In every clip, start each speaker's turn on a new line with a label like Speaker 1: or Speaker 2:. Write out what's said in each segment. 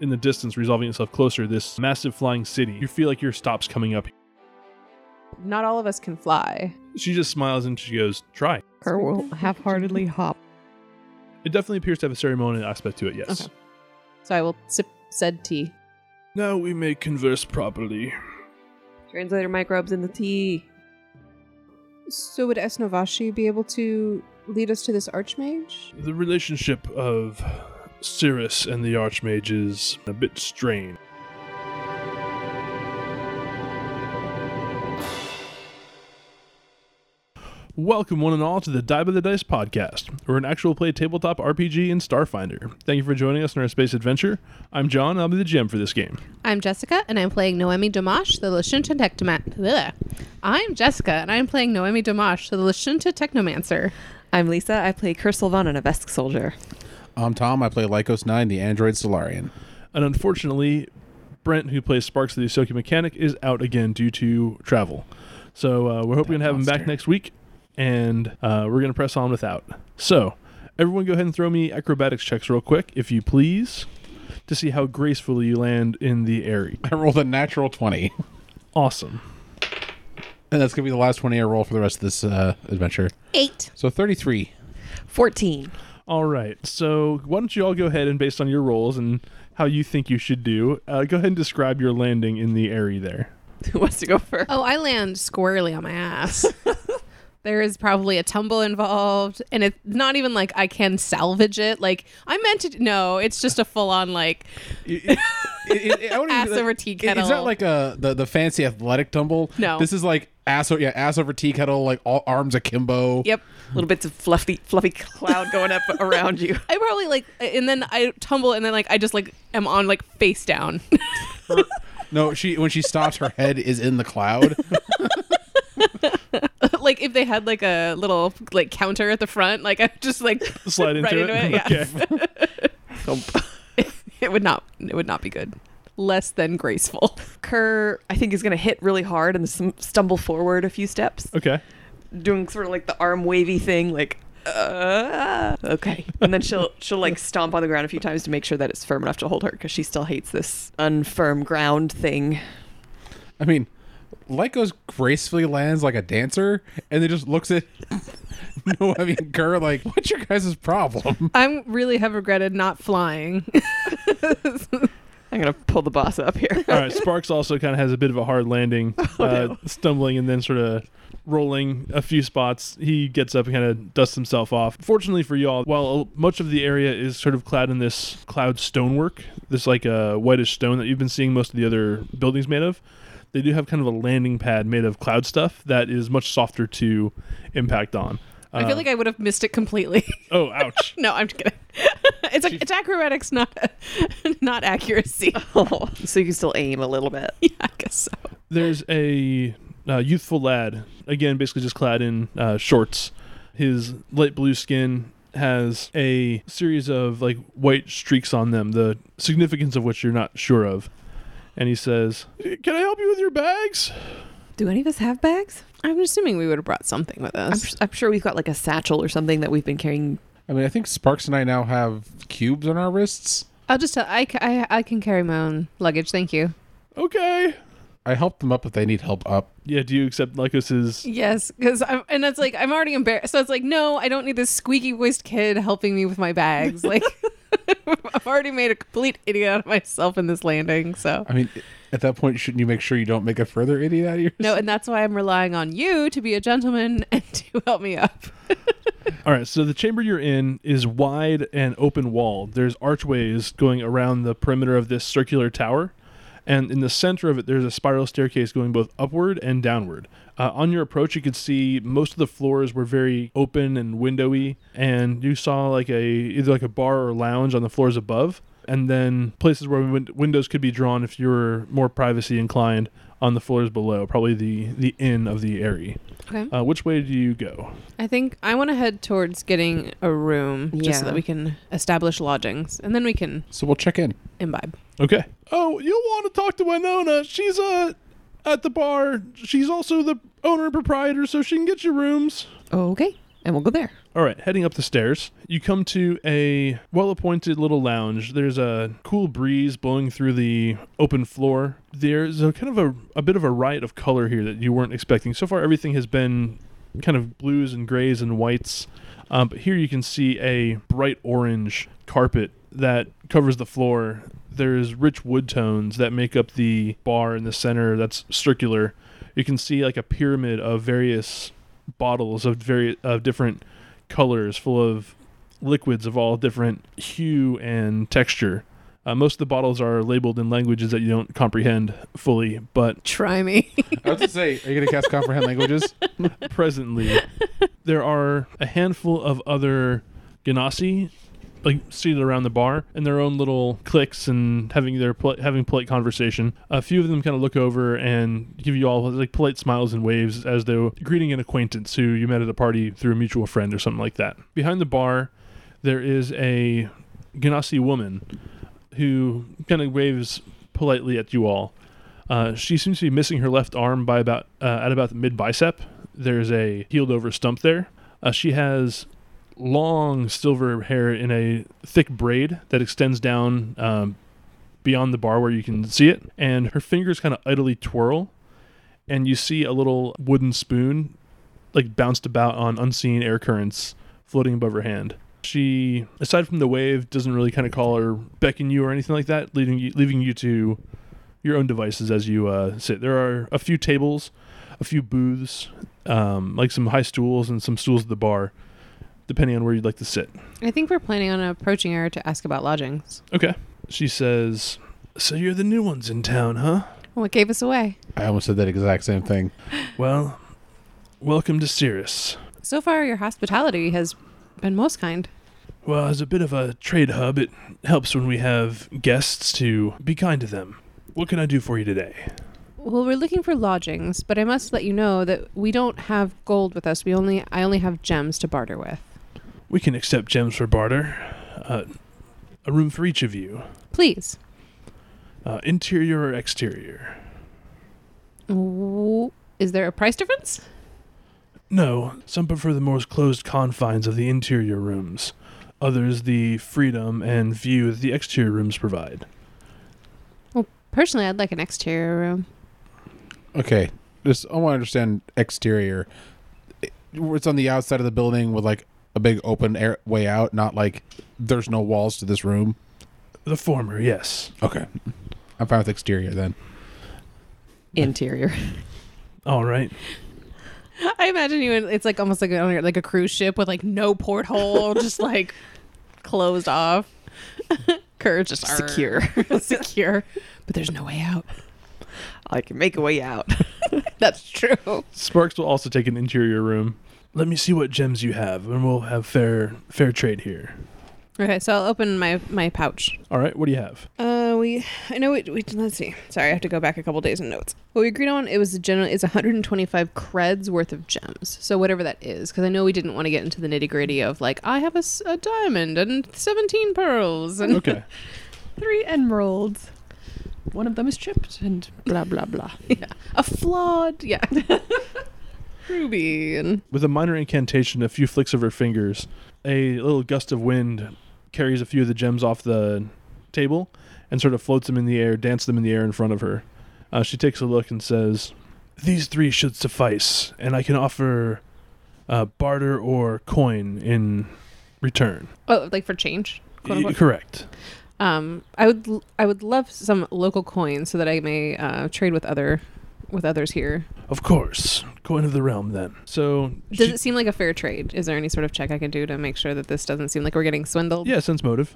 Speaker 1: in the distance, resolving itself closer, this massive flying city. You feel like your stop's coming up.
Speaker 2: Not all of us can fly.
Speaker 1: She just smiles and she goes, Try.
Speaker 3: Her will half heartedly hop.
Speaker 1: It definitely appears to have a ceremonial aspect to it, yes.
Speaker 2: Okay. So I will sip said tea.
Speaker 1: Now we may converse properly.
Speaker 4: Translator microbes in the tea.
Speaker 3: So would Esnovashi be able to lead us to this archmage?
Speaker 1: The relationship of Cirrus and the Archmage is a bit strained. Welcome, one and all, to the Dive of the Dice podcast. We're an actual play tabletop RPG in Starfinder. Thank you for joining us in our space adventure. I'm John, I'll be the GM for this game.
Speaker 5: I'm Jessica, and I'm playing Noemi Dimash, the Lashunta Technomancer. I'm Jessica, and I'm playing Noemi Dimash, the Lashunta Technomancer.
Speaker 4: I'm Lisa. I play Kersilvan and a Vesk soldier.
Speaker 6: I'm Tom. I play Lycos 9, the android Solarian.
Speaker 1: And unfortunately, Brent, who plays Sparks the Usoki Mechanic, is out again due to travel. So uh, we're hoping to have him back
Speaker 6: monster.
Speaker 1: next week, and uh, we're going to press on without. So, everyone go ahead and throw me acrobatics checks real quick, if you please, to see how gracefully you land in the air.
Speaker 6: I rolled a natural 20.
Speaker 1: Awesome.
Speaker 6: And that's going to be the last 20 I roll for the rest of this uh, adventure.
Speaker 5: Eight.
Speaker 6: So 33.
Speaker 4: 14.
Speaker 1: All right. So, why don't you all go ahead and, based on your roles and how you think you should do, uh, go ahead and describe your landing in the airy there.
Speaker 4: Who wants to go first?
Speaker 5: Oh, I land squarely on my ass. there is probably a tumble involved, and it's not even like I can salvage it. Like I meant to. No, it's just a full on like.
Speaker 6: It- it- it- it- I wouldn't
Speaker 5: Ass
Speaker 6: even-
Speaker 5: over tea
Speaker 6: it-
Speaker 5: kettle.
Speaker 6: It's not like a, the, the fancy athletic tumble.
Speaker 5: No.
Speaker 6: This is like ass, o- yeah, ass over tea kettle, like all arms akimbo.
Speaker 5: Yep.
Speaker 4: Little bits of fluffy, fluffy cloud going up around you.
Speaker 5: I probably like, and then I tumble, and then like I just like am on like face down.
Speaker 6: No, she when she stops, her head is in the cloud.
Speaker 5: like if they had like a little like counter at the front, like I just like
Speaker 1: Slide into
Speaker 5: right
Speaker 1: it.
Speaker 5: into it. Yeah.
Speaker 1: okay.
Speaker 5: it would not. It would not be good. Less than graceful.
Speaker 4: Kerr, I think, is going to hit really hard and sm- stumble forward a few steps,
Speaker 1: Okay.
Speaker 4: doing sort of like the arm wavy thing, like, uh, okay. And then she'll she'll like stomp on the ground a few times to make sure that it's firm enough to hold her because she still hates this unfirm ground thing.
Speaker 6: I mean, Lycos gracefully lands like a dancer and then just looks at No, I mean, Kerr, like, what's your guys' problem?
Speaker 5: I really have regretted not flying.
Speaker 4: I'm going to pull the boss up here.
Speaker 1: All right, Sparks also kind of has a bit of a hard landing, uh, stumbling and then sort of rolling a few spots. He gets up and kind of dusts himself off. Fortunately for y'all, while much of the area is sort of clad in this cloud stonework, this like uh, whitish stone that you've been seeing most of the other buildings made of, they do have kind of a landing pad made of cloud stuff that is much softer to impact on.
Speaker 5: I feel
Speaker 1: Uh,
Speaker 5: like I would have missed it completely.
Speaker 1: oh, ouch.
Speaker 5: no, I'm just kidding. it's like it's acrobatics, not not accuracy.
Speaker 4: Oh, so you can still aim a little bit.
Speaker 5: yeah, I guess so.
Speaker 1: There's a uh, youthful lad, again, basically just clad in uh, shorts. His light blue skin has a series of like white streaks on them, the significance of which you're not sure of. And he says, "Can I help you with your bags?"
Speaker 4: Do any of us have bags?
Speaker 5: I'm assuming we would have brought something with
Speaker 4: I'm,
Speaker 5: us.
Speaker 4: I'm sure we've got like a satchel or something that we've been carrying.
Speaker 6: I mean, I think Sparks and I now have cubes on our wrists.
Speaker 5: I'll just tell. I, ca- I I can carry my own luggage. Thank you.
Speaker 1: Okay.
Speaker 6: I help them up if they need help up.
Speaker 1: Yeah. Do you accept Lycos's?
Speaker 5: Yes, because I'm and that's like I'm already embarrassed. So it's like no, I don't need this squeaky voiced kid helping me with my bags. Like I've already made a complete idiot out of myself in this landing. So
Speaker 6: I mean, at that point, shouldn't you make sure you don't make a further idiot out of yourself?
Speaker 5: no, and that's why I'm relying on you to be a gentleman and to help me up.
Speaker 1: All right. So the chamber you're in is wide and open walled. There's archways going around the perimeter of this circular tower. and in the center of it there's a spiral staircase going both upward and downward uh, on your approach you could see most of the floors were very open and windowy and you saw like a either like a bar or lounge on the floors above and then places where win- windows could be drawn if you were more privacy inclined on the floors below probably the the inn of the airy
Speaker 5: Okay.
Speaker 1: uh, which way do you go
Speaker 5: I think I want to head towards getting a room just so
Speaker 4: Yeah.
Speaker 5: that we can establish lodgings and then we can
Speaker 6: So we'll check in.
Speaker 5: imbibe.
Speaker 1: Okay. Oh, you'll want to talk to Winona. She's uh at the bar. She's also the owner and proprietor, so she can get you rooms.
Speaker 4: Okay. and we'll go there.
Speaker 1: All right, heading up the stairs, you come to a well appointed little lounge. There's a cool breeze blowing through the open floor. There's a kind of a, a bit of a riot of color here that you weren't expecting. So far, everything has been kind of blues and grays and whites. Um, but here you can see a bright orange carpet that covers the floor. There's rich wood tones that make up the bar in the center that's circular. You can see like a pyramid of various bottles of very of different colors, full of liquids of all different hue and texture. Uh, most of the bottles are labeled in languages that you don't comprehend fully, but
Speaker 5: Try me.
Speaker 6: I was to say, are you gonna cast comprehend languages?
Speaker 1: presently there are a handful of other ganassi like seated around the bar in their own little cliques and having their pol- having polite conversation a few of them kind of look over and give you all like polite smiles and waves as though greeting an acquaintance who you met at a party through a mutual friend or something like that behind the bar there is a ganassi woman who kind of waves politely at you all uh, she seems to be missing her left arm by about uh, at about the mid bicep. There's a healed over stump there. Uh, she has long silver hair in a thick braid that extends down um, beyond the bar where you can see it, and her fingers kind of idly twirl, and you see a little wooden spoon like bounced about on unseen air currents floating above her hand. She, aside from the wave, doesn't really kind of call or beckon you or anything like that, leading you, leaving you to your own devices as you uh, sit. There are a few tables, a few booths, um, like some high stools and some stools at the bar, depending on where you'd like to sit.
Speaker 5: I think we're planning on approaching her to ask about lodgings.
Speaker 1: Okay. She says, So you're the new ones in town, huh?
Speaker 5: What gave us away?
Speaker 6: I almost said that exact same thing.
Speaker 1: Well, welcome to Cirrus.
Speaker 5: So far, your hospitality has been most kind.
Speaker 1: Well, as a bit of a trade hub, it helps when we have guests to be kind to them. What can I do for you today?
Speaker 5: Well, we're looking for lodgings, but I must let you know that we don't have gold with us. We only I only have gems to barter with.
Speaker 1: We can accept gems for barter. Uh, a room for each of you,
Speaker 5: Please.
Speaker 1: uh, interior or exterior.
Speaker 5: Ooh, Is there a price difference?
Speaker 1: No, some prefer the more closed confines of the interior rooms, others the freedom and view that the exterior rooms provide.
Speaker 5: Personally, I'd like an exterior room.
Speaker 6: Okay, just I want to understand exterior. It- It's on the outside of the building with like a big open air way out, not like there's no walls to this room.
Speaker 1: The former, yes.
Speaker 6: Okay, I'm fine with exterior then.
Speaker 4: Interior.
Speaker 1: All right.
Speaker 5: I imagine you. in- It's like almost like a, like a cruise ship with like no porthole, just like closed off. Courage just
Speaker 4: Secure.
Speaker 5: secure, but there's no way out.
Speaker 4: I can make a way out.
Speaker 5: That's true.
Speaker 1: Sparks will also take an interior room. Let me see what gems you have, and we'll have fair fair trade here.
Speaker 5: Okay, so I'll open my my pouch.
Speaker 1: All right, what do you have?
Speaker 3: Uh, we. I know. It, we let's see. Sorry, I have to go back a couple days in notes.
Speaker 5: What we agreed on it was generally is 125 creds worth of gems. So whatever that is, because I know we didn't want to get into the nitty gritty of like I have a, s- a diamond and 17 pearls and
Speaker 1: Okay.
Speaker 4: Three emeralds. One of them is chipped and blah blah blah.
Speaker 5: a flawed yeah ruby and
Speaker 1: With a minor incantation, a few flicks of her fingers, a little gust of wind carries a few of the gems off the table and sort of floats them in the air, dances them in the air in front of her. Uh, she takes a look and says, These three should suffice, and I can offer uh, barter or coin in return.
Speaker 5: oh like for change.
Speaker 1: Y-
Speaker 5: Quote, unquote.
Speaker 1: Correct.
Speaker 5: Um, I would l- I would love some local coins so that I may uh, trade with other with others here.
Speaker 1: Of course. Coin of the realm, then. So,
Speaker 5: Does
Speaker 1: she-
Speaker 5: it seem like a fair trade? Is there any sort of check I can do to make sure that this doesn't seem like we're getting swindled?
Speaker 1: yeah, sense motive.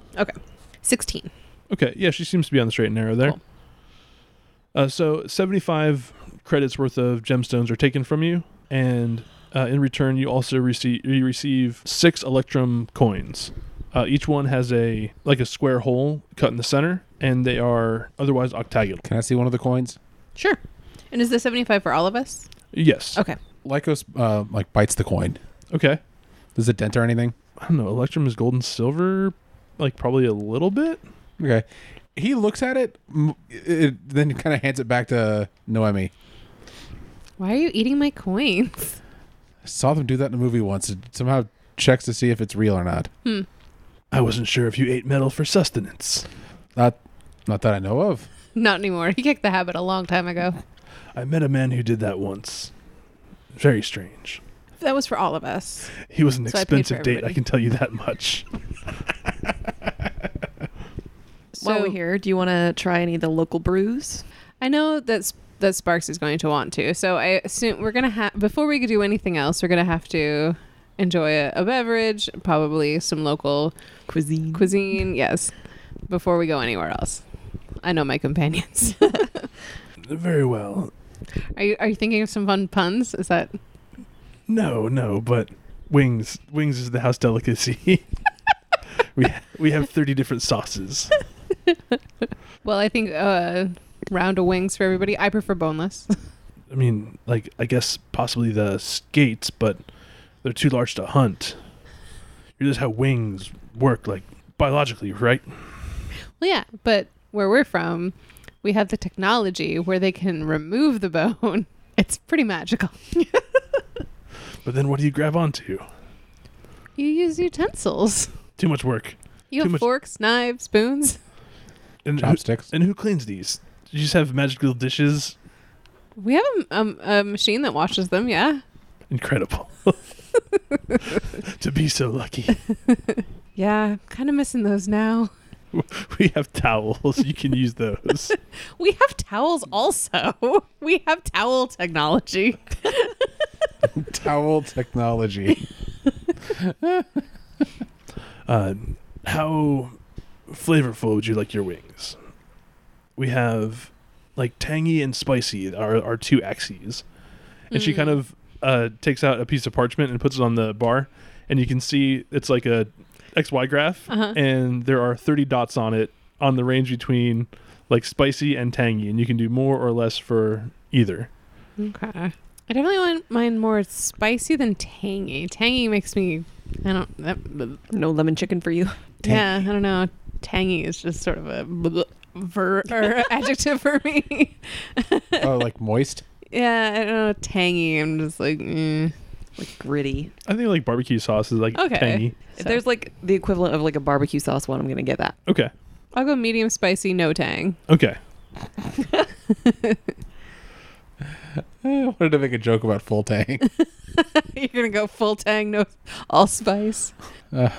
Speaker 5: Sixteen.
Speaker 1: Okay, yeah, she seems to be on the straight and narrow there.
Speaker 5: Cool.
Speaker 1: Uh, so, seventy-five credits worth of gemstones are taken from you, and uh, in return, you also receive you receive six electrum coins. Uh, each one has a like a square hole cut in the center, and they are otherwise octagonal.
Speaker 6: Can I see one of the coins?
Speaker 5: Sure. And is the seventy five for all of us?
Speaker 1: Yes.
Speaker 5: Okay.
Speaker 6: Lycos uh, like bites the coin.
Speaker 1: Okay.
Speaker 6: Does it dent or anything?
Speaker 1: I don't know. Electrum is gold and silver, like probably a little bit.
Speaker 6: Okay. He looks at it, m- it then kind of hands it back to Noemi.
Speaker 5: Why are you eating my coins?
Speaker 6: Saw them do that in a movie once. It somehow checks to see if it's real or not.
Speaker 1: I wasn't sure if you ate metal for sustenance.
Speaker 6: Not, not that I know of.
Speaker 5: Not anymore. He kicked the habit a long time ago.
Speaker 1: I met a man who did that once. Very strange.
Speaker 5: That was for all of us.
Speaker 1: He was an
Speaker 5: So I paid for
Speaker 1: expensive date, I
Speaker 5: everybody.
Speaker 1: can tell you that much.
Speaker 4: While
Speaker 5: So-
Speaker 4: we're here, do you want to try any of the local brews?
Speaker 5: I know that Sp- that Sparks is going to want to. So I assume we're gonna have before we could do anything else, we're gonna have to enjoy a, a beverage, probably some local
Speaker 4: Cuisine.
Speaker 5: cuisine. Yes, before we go anywhere else. I know my companions.
Speaker 1: Very well.
Speaker 5: are you are you thinking of some fun puns? Is that
Speaker 1: No, no, but wings. Wings is the house delicacy. we we have thirty different sauces.
Speaker 5: well? I think uh, round of wings for everybody. I prefer boneless.
Speaker 1: I mean, like I guess possibly the skates, but they're too large to hunt. Here's how wings work, like biologically, right?
Speaker 5: Well, yeah, but where we're from, we have the technology where they can remove the bone. It's pretty magical.
Speaker 1: But then what do you grab onto?
Speaker 5: You use utensils.
Speaker 1: Too much work.
Speaker 5: You
Speaker 1: Too
Speaker 5: have
Speaker 1: much-
Speaker 5: forks, knives, spoons.
Speaker 1: And who,
Speaker 6: Chopsticks.
Speaker 1: and who cleans these? You just have magical dishes.
Speaker 5: We have a, um, a machine that washes them. Yeah.
Speaker 1: Incredible. to be so lucky.
Speaker 5: Yeah. Kind of missing those now.
Speaker 1: We have towels. You can use those.
Speaker 5: We have towels also. We have towel technology.
Speaker 6: Towel technology.
Speaker 1: Uh, how flavorful would you like your wings? We have like tangy and spicy are our two axes. And she
Speaker 5: Mm.
Speaker 1: kind of uh, takes out a piece of parchment and puts it on the bar. And you can see it's like a XY graph.
Speaker 5: Uh-huh.
Speaker 1: And there are 30 dots on it on the range between like spicy and tangy. And you can do more or less for either.
Speaker 5: Okay. I definitely want mine more spicy than tangy. Tangy makes me. I don't. That,
Speaker 4: No lemon chicken for you.
Speaker 5: yeah. I don't know. Tangy is just sort of a bleh, ver or adjective for me.
Speaker 6: oh, like moist.
Speaker 5: yeah. I don't know. Tangy. I'm just like. eh.
Speaker 4: Like gritty.
Speaker 1: I think like barbecue sauce is like
Speaker 5: Okay.
Speaker 1: tangy.
Speaker 4: If there's like the equivalent of like a barbecue sauce one, I'm going to get that.
Speaker 1: Okay.
Speaker 5: I'll go medium spicy, no tang.
Speaker 1: Okay.
Speaker 6: I Eh, wanted to make a joke about full tang.
Speaker 5: You're gonna go full tang, no allspice.
Speaker 6: Uh,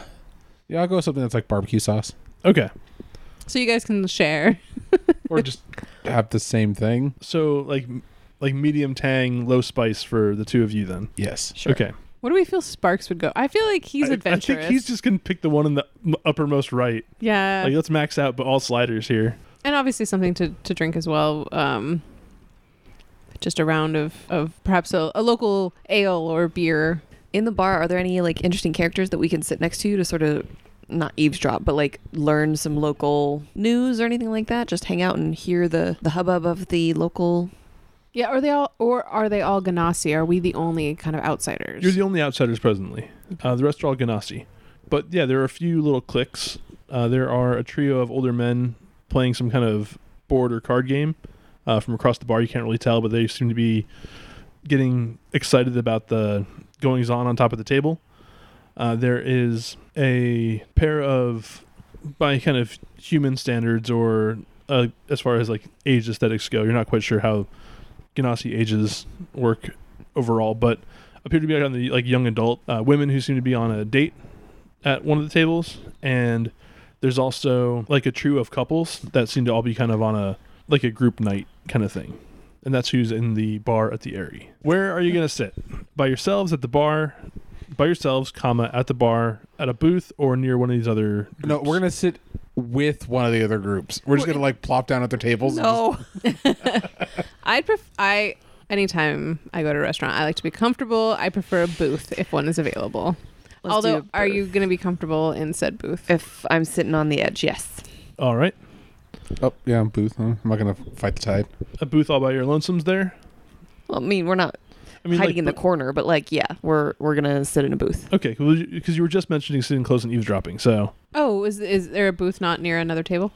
Speaker 6: yeah, I'll go with something that's like barbecue sauce,
Speaker 1: Okay.
Speaker 5: So you guys can share.
Speaker 6: or just have the same thing.
Speaker 1: So like like medium tang, low spice for the two of you then.
Speaker 6: Yes.
Speaker 4: Sure.
Speaker 1: Okay.
Speaker 5: Where do we feel Sparks would go? I feel like he's
Speaker 1: I-
Speaker 5: adventurous.
Speaker 1: I think he's just gonna pick the one in the m- uppermost right.
Speaker 5: yeah,
Speaker 1: like let's max out, but all sliders here.
Speaker 5: and obviously something to, to drink as well. Um, just a round of, of perhaps a, a local ale or beer.
Speaker 4: In the bar, are there any like interesting characters that we can sit next to to sort of not eavesdrop, but like learn some local news or anything like that? Just hang out and hear the the hubbub of the local.
Speaker 5: Yeah, are they all or are they all Ganassi? Are we the only kind of outsiders?
Speaker 1: You're the only outsiders presently. Uh, the rest are all Ganassi. But yeah, there are a few little cliques. Uh, there are a trio of older men playing some kind of board or card game uh, from across the bar. You can't really tell, but they seem to be getting excited about the goings on on top of the table. Uh, there is a pair of, by kind of human standards or uh, as far as like age aesthetics go, you're not quite sure how Ganassi ages work overall, but appear to be like on the like young adult uh, women who seem to be on a date at one of the tables and there's also like a trio of couples that seem to all be kind of on a like a group night kind of thing and that's who's in the bar at the airy where are you going to sit by yourselves at the bar by yourselves comma at the bar at a booth or near one of these other
Speaker 6: No,
Speaker 1: groups?
Speaker 6: we're gonna sit with one of the other groups. We're just gonna like plop down at their tables. and just-
Speaker 5: I'd pref- I anytime I go to a restaurant, I like to be comfortable. I prefer a booth if one is available.
Speaker 4: Let's
Speaker 5: Although,
Speaker 4: do a
Speaker 5: are
Speaker 4: booth.
Speaker 5: you going to be comfortable in said booth?
Speaker 4: If I'm sitting on the edge, yes.
Speaker 1: all right
Speaker 6: oh yeah, booth. huh? I'm not gonna fight the tide.
Speaker 1: a booth all by your lonesomes there
Speaker 4: Well, I mean, we're not
Speaker 1: i mean
Speaker 4: hiding
Speaker 1: like,
Speaker 4: in the
Speaker 1: but-
Speaker 4: corner, but like, yeah, we're we're gonna sit in a booth.
Speaker 1: okay because you were just mentioning sitting close and eavesdropping so
Speaker 5: Oh, is is there a booth not near another table?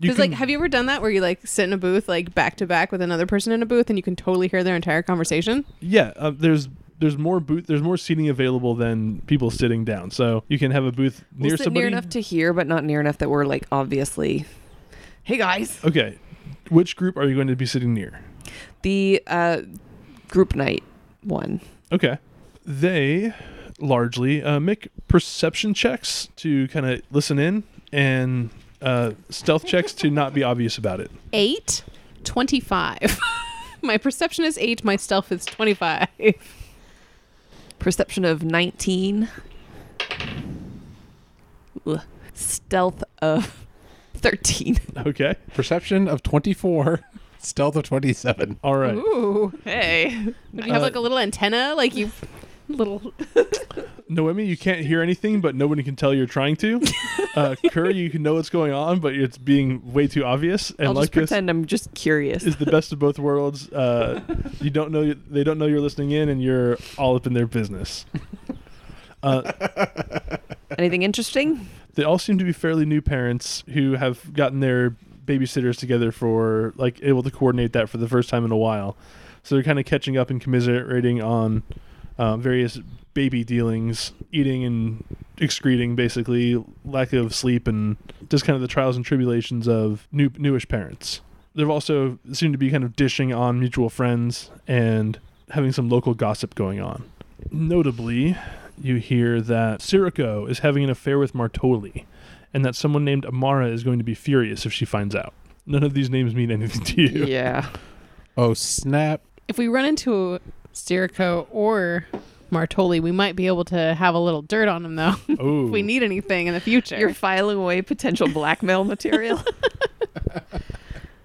Speaker 1: you
Speaker 5: Because like,
Speaker 1: can-
Speaker 5: have you ever done that where you like sit in a booth like back to back with another person in a booth and you can totally hear their entire conversation?
Speaker 1: Yeah, uh, there's there's more booth there's more seating available than people sitting down. So you can have a booth
Speaker 4: We'll
Speaker 1: near
Speaker 4: sit
Speaker 1: somebody.
Speaker 4: near enough to hear, but not near enough that we're like obviously. Hey guys,
Speaker 1: okay. Which group are you going to be sitting near?
Speaker 4: the uh, group night one.
Speaker 1: Okay. They largely uh, make perception checks to kind of listen in and uh, stealth checks to not be obvious about it.
Speaker 5: Eight, 25. my perception is eight, my stealth is 25.
Speaker 4: Perception of nineteen. Ugh. Stealth of thirteen.
Speaker 1: Okay.
Speaker 6: Perception of 24, stealth of 27.
Speaker 1: All
Speaker 4: Mm-hmm.
Speaker 1: right.
Speaker 5: Ooh.
Speaker 4: Hey.
Speaker 5: Would you have
Speaker 1: Uh,
Speaker 5: like a little antenna? Like you. Little
Speaker 1: Noemi, you can't hear anything, but nobody can tell you're trying to. Uh, Kerr, you can know what's going on, but it's being way too obvious. And
Speaker 4: I'll
Speaker 1: like
Speaker 4: just pretend I'm just curious.
Speaker 1: is the best of both worlds. Uh, you don't know they don't know you're listening in, and you're all up in their business. Uh,
Speaker 4: Anything interesting?
Speaker 1: they all seem to be fairly new parents who have gotten their babysitters together for like able to coordinate that for the first time in a while. So they're kind of catching up and commiserating on uh, various baby dealings, eating and excreting, basically lack of sleep and just kind of the trials and tribulations of new newish parents. They've also seemed to be kind of dishing on mutual friends and having some local gossip going on. Notably, you hear that Sirico is having an affair with Martoli, and that someone named Amara is going to be furious if she finds out. None of these names mean anything to you.
Speaker 4: Yeah.
Speaker 6: Oh, snap.
Speaker 5: if we run into Sirico or Martoli, we might be able to have a little dirt on him though.
Speaker 1: Oh,
Speaker 5: if we need anything in the future.
Speaker 4: You're filing away potential blackmail material.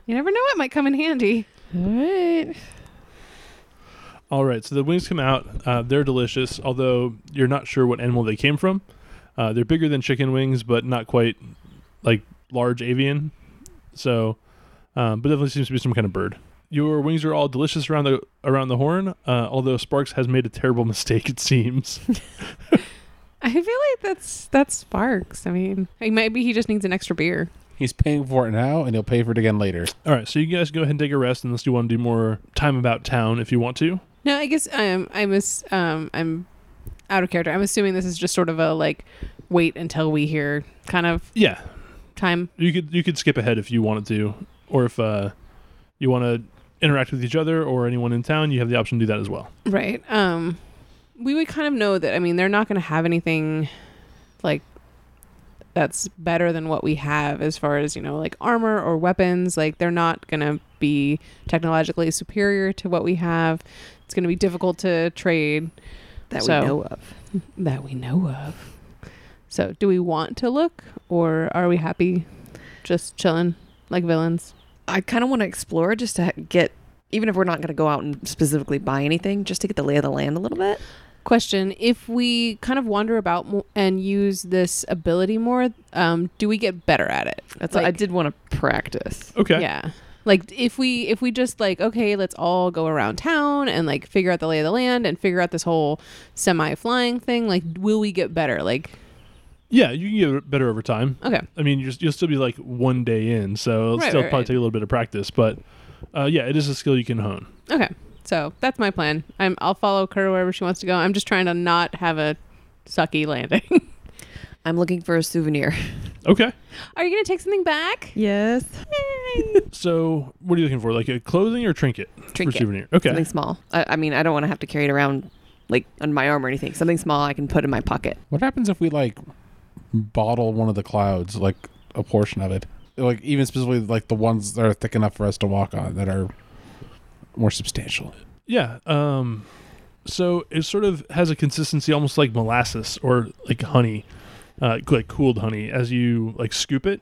Speaker 5: you never know what might come in handy.
Speaker 4: All right.
Speaker 1: All right, so the wings come out. Uh, they're delicious, although you're not sure what animal they came from. Uh, they're bigger than chicken wings, but not quite like large avian. So, um, but definitely seems to be some kind of bird. Your wings are all delicious around the around the horn, uh, although Sparks has made a terrible mistake. It seems.
Speaker 5: I feel like that's that's Sparks. I mean, hey, maybe he just needs an extra beer.
Speaker 6: He's paying for it now, and he'll pay for it again later.
Speaker 1: All right, so you guys go ahead and take a rest unless you want to do more time about town if you want to.
Speaker 5: No, I guess um, I'm ass- um, I'm out of character. I'm assuming this is just sort of a like wait until we hear kind of
Speaker 1: Yeah,
Speaker 5: time.
Speaker 1: you could you could skip ahead if you wanted to, or if uh, you want to interact with each other or anyone in town, you have the option to do that as well.
Speaker 5: Right. Um, we would kind of know that. I mean, they're not going to have anything like that's better than what we have as far as you know, like armor or weapons. Like they're not going to be technologically superior to what we have. It's going to be difficult to trade
Speaker 4: That
Speaker 5: So-
Speaker 4: we know of.
Speaker 5: that we know of. So, do we want to look, or are we happy just chilling like villains?
Speaker 4: I kind of want to explore just to ha- get, even if we're not going to go out and specifically buy anything, just to get the lay of the land a little bit.
Speaker 5: Question: If we kind of wander about mo- and use this ability more, um, do we get better at it?
Speaker 4: That's
Speaker 5: like,
Speaker 4: I did want to practice.
Speaker 1: Okay.
Speaker 5: Yeah. Like if we if we just like okay, let's all go around town and like figure out the lay of the land and figure out this whole semi flying thing. Like, will we get better? Like,
Speaker 1: Yeah, you can get better over time.
Speaker 5: okay,
Speaker 1: I mean, you're, you'll still be like one day in, so it'll
Speaker 5: Right,
Speaker 1: still
Speaker 5: right,
Speaker 1: probably
Speaker 5: right.
Speaker 1: take a little bit of practice. But uh, yeah, it is a skill you can hone.
Speaker 5: okay. So that's my plan. I'm I'll follow Kerr wherever she wants to go. I'm just trying to not have a sucky landing.
Speaker 4: I'm looking for a souvenir.
Speaker 1: Okay.
Speaker 5: Are you gonna take something back?
Speaker 4: Yes.
Speaker 1: So what are you looking for? Like a clothing or trinket?
Speaker 4: Trinket.
Speaker 1: For souvenir. Okay.
Speaker 4: Something small. I, I mean, I don't want to have to carry it around like on my arm or anything. Something small I can put in my pocket.
Speaker 6: What happens if we like bottle one of the clouds, like a portion of it? Like even specifically like the ones that are thick enough for us to walk on that are more substantial.
Speaker 1: Yeah. Um, so it sort of has a consistency almost like molasses or like honey, uh, like cooled honey as you like scoop it,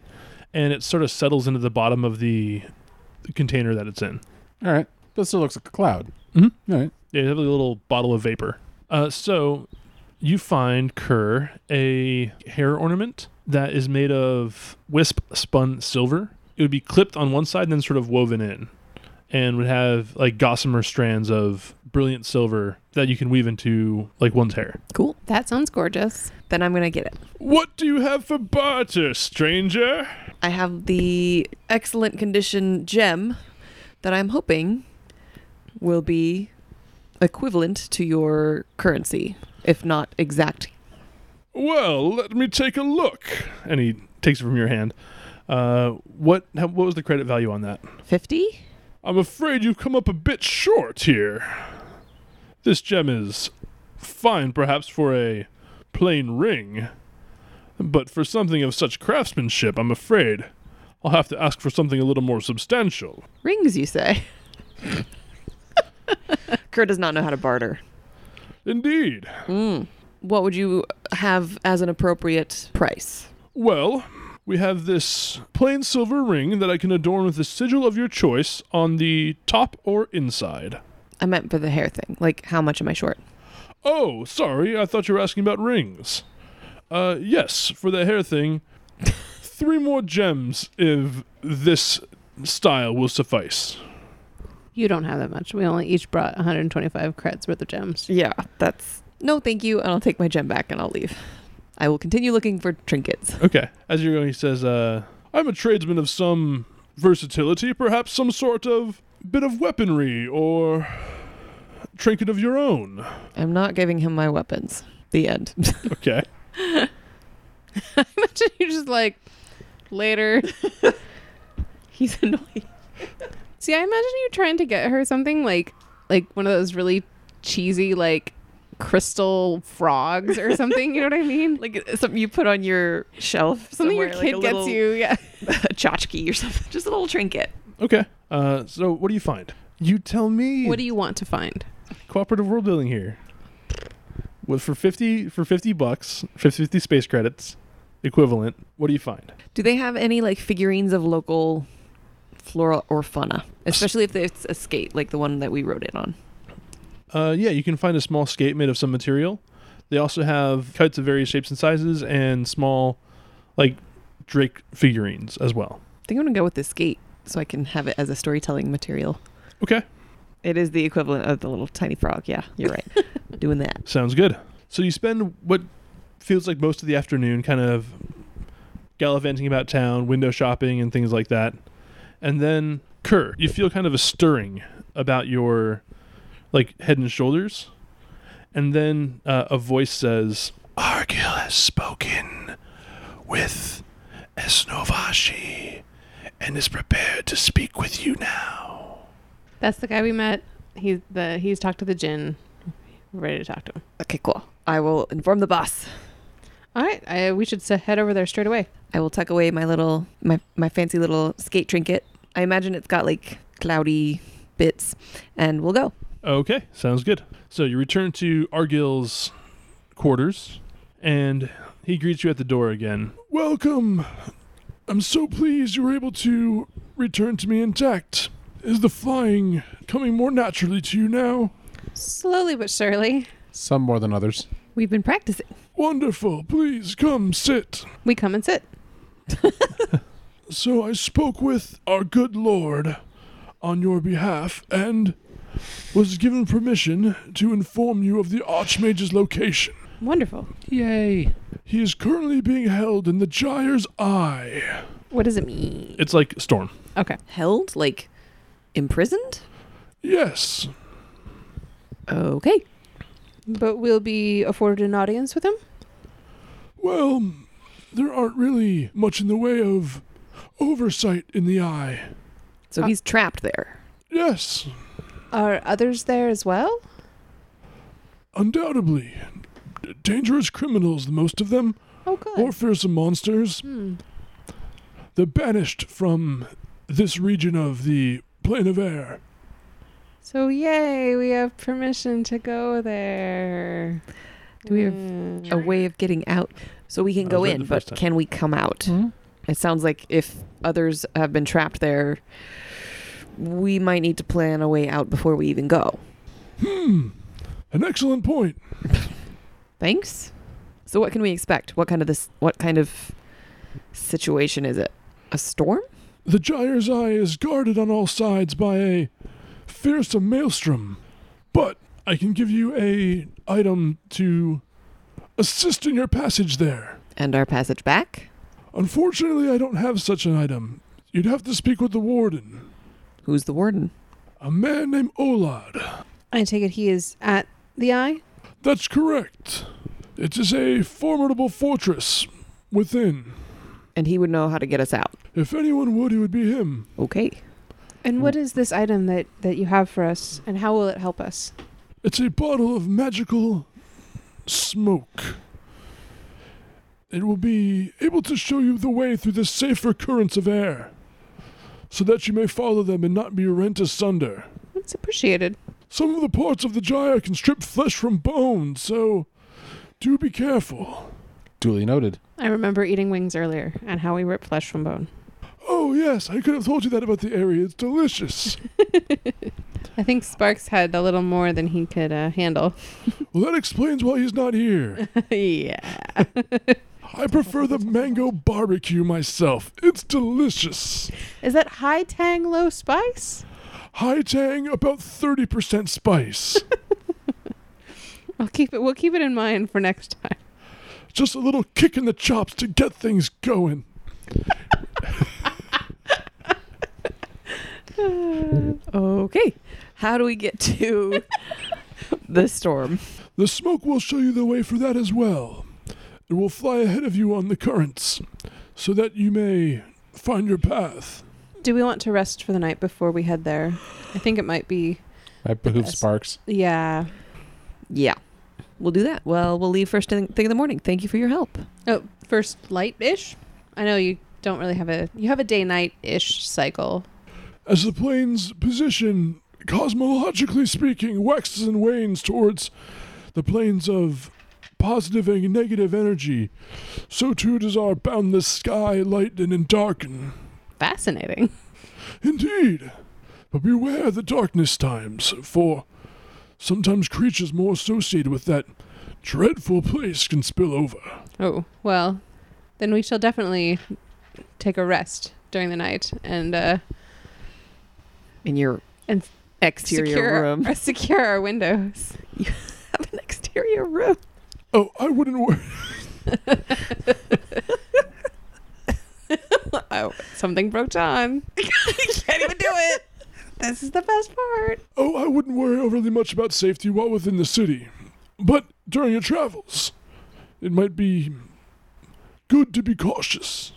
Speaker 1: and it sort of settles into the bottom of the container that it's in.
Speaker 6: All right. But it still looks like a cloud.
Speaker 1: Mhm.
Speaker 6: All right.
Speaker 1: Yeah, you have a little bottle of vapor. Uh, so you find Kerr a hair ornament that is made of wisp spun silver. It would be clipped on one side and then sort of woven in, and would have like gossamer strands of brilliant silver that you can weave into like one's hair.
Speaker 4: Cool.
Speaker 5: That sounds gorgeous.
Speaker 4: Then I'm going to get it.
Speaker 1: What do you have for barter, stranger?
Speaker 4: I have the excellent condition gem that I'm hoping will be equivalent to your currency, if not exact.
Speaker 1: Well, let me take a look. And he takes it from your hand. Uh, what how, what was the credit value on that?
Speaker 4: 50?
Speaker 1: I'm afraid you've come up a bit short here. This gem is fine, perhaps, for a plain ring, but for something of such craftsmanship, I'm afraid I'll have to ask for something a little more substantial.
Speaker 4: Rings, you say? Kerr does not know how to barter.
Speaker 1: Indeed.
Speaker 4: What would you have as an appropriate price?
Speaker 1: Well, we have this plain silver ring that I can adorn with the sigil of your choice on the top or inside.
Speaker 4: I meant for the hair thing. Like, how much am I short?
Speaker 1: Oh, sorry, I thought you were asking about rings. Uh, yes, for the hair thing, three more gems if this style will suffice.
Speaker 5: You don't have that much. We only each brought 125 creds worth of gems.
Speaker 4: Yeah, that's. No, thank you, and I'll take my gem back and I'll leave. I will continue looking for trinkets.
Speaker 1: Okay. As you're going, he says, uh, I'm a tradesman of some versatility, perhaps some sort of bit of weaponry or trinket of your own.
Speaker 4: I'm not giving him my weapons. The end.
Speaker 1: Okay.
Speaker 5: Imagine you just like later.
Speaker 4: He's annoyed.
Speaker 5: See, I imagine you trying to get her something like like one of those really cheesy like crystal frogs or something. You know what I mean?
Speaker 4: Like something you put on your shelf.
Speaker 5: Something your
Speaker 4: somewhere, like
Speaker 5: kid
Speaker 4: a
Speaker 5: gets
Speaker 4: little-
Speaker 5: you. Yeah.
Speaker 4: a tchotchke or something. Just a little trinket.
Speaker 1: Okay. Uh, so what do you find? You tell me.
Speaker 5: What do you want to find?
Speaker 1: cooperative world building here. With for fifty for fifty bucks, for fifty space credits, equivalent. What do you find?
Speaker 4: Do they have any like figurines of local flora or fauna? Especially if it's a skate, like the one that we rode in on.
Speaker 1: Uh, yeah, you can find a small skate made of some material. They also have kites of various shapes and sizes, and small, like Drake figurines as well.
Speaker 4: I think I'm gonna go with the skate so I can have it as a storytelling material.
Speaker 1: Okay,
Speaker 4: It is the equivalent of the little tiny frog. Yeah, you're right. Doing that.
Speaker 1: sounds good. So you spend what feels like most of the afternoon, kind of gallivanting about town, window shopping, and things like that. And then Kerr, you feel kind of a stirring about your like head and shoulders, and then uh, a voice says, "Argil has spoken with Esnovashi, and is prepared to speak with you now."
Speaker 5: That's the guy we met. He's the he's talked to the gin. We're ready to talk to him.
Speaker 4: Okay, cool. I will inform the boss.
Speaker 5: All right, I, we should s- head over there straight away.
Speaker 4: I will tuck away my little my my fancy little skate trinket. I imagine it's got like cloudy bits, and we'll go.
Speaker 1: Okay, sounds good. So you return to Argill's quarters, and he greets you at the door again. Welcome. I'm so pleased you were able to return to me intact. Is the flying coming more naturally to you now?
Speaker 5: Slowly but surely.
Speaker 6: Some more than others.
Speaker 4: We've been practicing.
Speaker 1: Wonderful. Please come sit.
Speaker 5: We come and sit.
Speaker 1: So I spoke with our good lord on your behalf and was given permission to inform you of the Archmage's location.
Speaker 5: Wonderful.
Speaker 6: Yay.
Speaker 1: He is currently being held in the Gyre's Eye.
Speaker 5: What does it mean?
Speaker 1: It's like Storm.
Speaker 5: Okay.
Speaker 4: Held like imprisoned.
Speaker 1: Yes.
Speaker 4: Okay.
Speaker 3: But we'll be afforded an audience with him?
Speaker 1: Well, there aren't really much in the way of oversight in the Eye.
Speaker 4: So he's trapped there.
Speaker 1: Yes,
Speaker 3: Are others there as well?
Speaker 1: undoubtedly. D- dangerous criminals, the most of them,
Speaker 3: Oh, good.
Speaker 1: or fearsome monsters.
Speaker 3: Hmm.
Speaker 1: They're banished from this region of the plane of air.
Speaker 5: So yay, we have permission to go there.
Speaker 4: Do we have
Speaker 5: Mm.
Speaker 4: a way of getting out? So we can
Speaker 1: I
Speaker 4: go
Speaker 1: was right the
Speaker 4: in,
Speaker 1: first
Speaker 4: but
Speaker 1: time.
Speaker 4: can we come out? It sounds like if others have been trapped there, we might need to plan a way out before we even go.
Speaker 1: Hmm. An excellent point.
Speaker 4: Thanks. So what can we expect? What kind of this what kind of situation is it? A storm?
Speaker 1: The Gyre's Eye is guarded on all sides by a fearsome maelstrom, but I can give you a item to assist in your passage there.
Speaker 4: And our passage back?
Speaker 1: Unfortunately, I don't have such an item. You'd have to speak with the warden,
Speaker 4: Who's the warden?
Speaker 1: a man named Olad.
Speaker 3: I take it he is at the eye.
Speaker 1: That's correct. It is a formidable fortress within.
Speaker 4: And he would know how to get us out.
Speaker 1: If anyone would, it would be him.
Speaker 4: Okay.
Speaker 3: And what is this item that that you have for us, and how will it help us?
Speaker 1: It's a bottle of magical smoke. It will be able to show you the way through the safer currents of air, so that you may follow them and not be rent asunder.
Speaker 5: It's appreciated.
Speaker 1: Some of the parts of the gyre can strip flesh from bone, so do be careful.
Speaker 6: Duly noted.
Speaker 5: I remember eating wings earlier and how we rip flesh from bone.
Speaker 1: Oh, yes, I could have told you that about the area. It's delicious.
Speaker 5: I think Sparks had a little more than he could uh, handle.
Speaker 1: well, that explains why he's not here.
Speaker 5: yeah.
Speaker 1: I prefer the mango barbecue myself. It's delicious.
Speaker 5: Is that high tang, low spice?
Speaker 1: High tang, about 30% spice.
Speaker 5: I'll keep it. We'll keep it in mind for next time.
Speaker 1: Just a little kick in the chops to get things going.
Speaker 4: Okay. How do we get to the storm?
Speaker 1: The smoke will show you the way for that as well. It will fly ahead of you on the currents, so that you may find your path.
Speaker 5: Do we want to rest for the night before we head there? I think it might be.
Speaker 6: That behooves
Speaker 5: Yes.
Speaker 6: Sparks.
Speaker 5: Yeah.
Speaker 4: Yeah. We'll do that. Well, we'll leave first thing, thing in the morning. Thank you for your help.
Speaker 5: Oh, first light ish. I know you don't really have a. You have a day night ish cycle.
Speaker 1: As the plane's position, cosmologically speaking, waxes and wanes towards the planes of positive and negative energy, so too does our boundless sky lighten and darken.
Speaker 5: Fascinating.
Speaker 1: Indeed. But beware the darkness times, for sometimes creatures more associated with that dreadful place can spill over.
Speaker 5: Oh well, then we shall definitely take a rest during the night and uh,
Speaker 4: In your
Speaker 5: And
Speaker 4: exterior
Speaker 5: secure
Speaker 4: room.
Speaker 5: or secure our windows.
Speaker 4: Have an exterior room.
Speaker 1: Oh, I wouldn't worry.
Speaker 5: Oh, something broke John.
Speaker 4: Can't even do it.
Speaker 5: This is the best part.
Speaker 1: Oh, I wouldn't worry overly much about safety while within the city. But during your travels, it might be good to be cautious.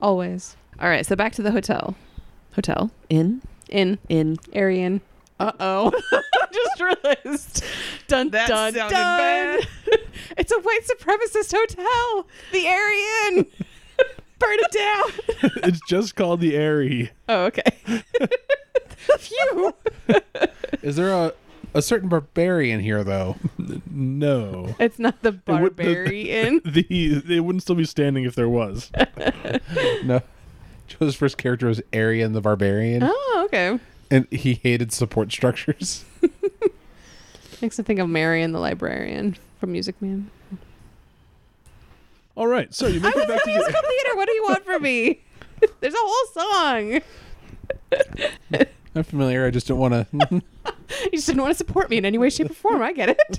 Speaker 5: Always
Speaker 4: All right. So back to the hotel. Hotel. In.
Speaker 5: in
Speaker 4: In.
Speaker 5: Arian.
Speaker 4: Uh oh. Just realized. Dun
Speaker 5: That
Speaker 4: dun
Speaker 5: sounded
Speaker 4: dun.
Speaker 5: It's a white supremacist hotel. The Arian. Burn it down.
Speaker 1: it's just called the Airy.
Speaker 5: Oh, okay. Phew.
Speaker 6: Is there a a certain barbarian here though?
Speaker 1: No.
Speaker 5: It's not the
Speaker 1: would- the-
Speaker 5: barbarian.
Speaker 1: The they wouldn't still be standing if there was.
Speaker 6: no. Joe's first character was Arian the barbarian,
Speaker 5: Oh, okay.
Speaker 6: and he hated support structures.
Speaker 5: Makes me think of Marion the librarian from Music Man.
Speaker 1: All right, so you make it back to
Speaker 5: musical
Speaker 1: the
Speaker 5: theater. What do you want from me? There's a whole song.
Speaker 6: I'm familiar. I just don't want to.
Speaker 5: You just didn't want to support me in any way, shape, or form. I get it.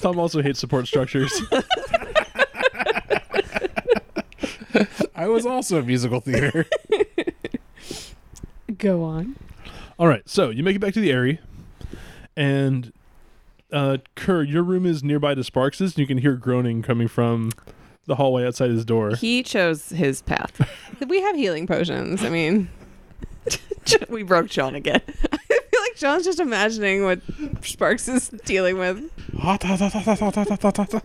Speaker 1: Tom also hates support structures.
Speaker 6: I was also a musical theater.
Speaker 5: Go on.
Speaker 1: All right, so you make it back to the Airy, and uh, Kerr, your room is nearby to Sparks's, and you can hear groaning coming from the hallway outside his door.
Speaker 4: He chose his path.
Speaker 5: We have healing potions. I mean,
Speaker 4: we broke John again.
Speaker 5: I feel like John's just imagining what Sparks is dealing with.
Speaker 6: Hot, hot, hot, hot, hot, hot, hot, hot, hot.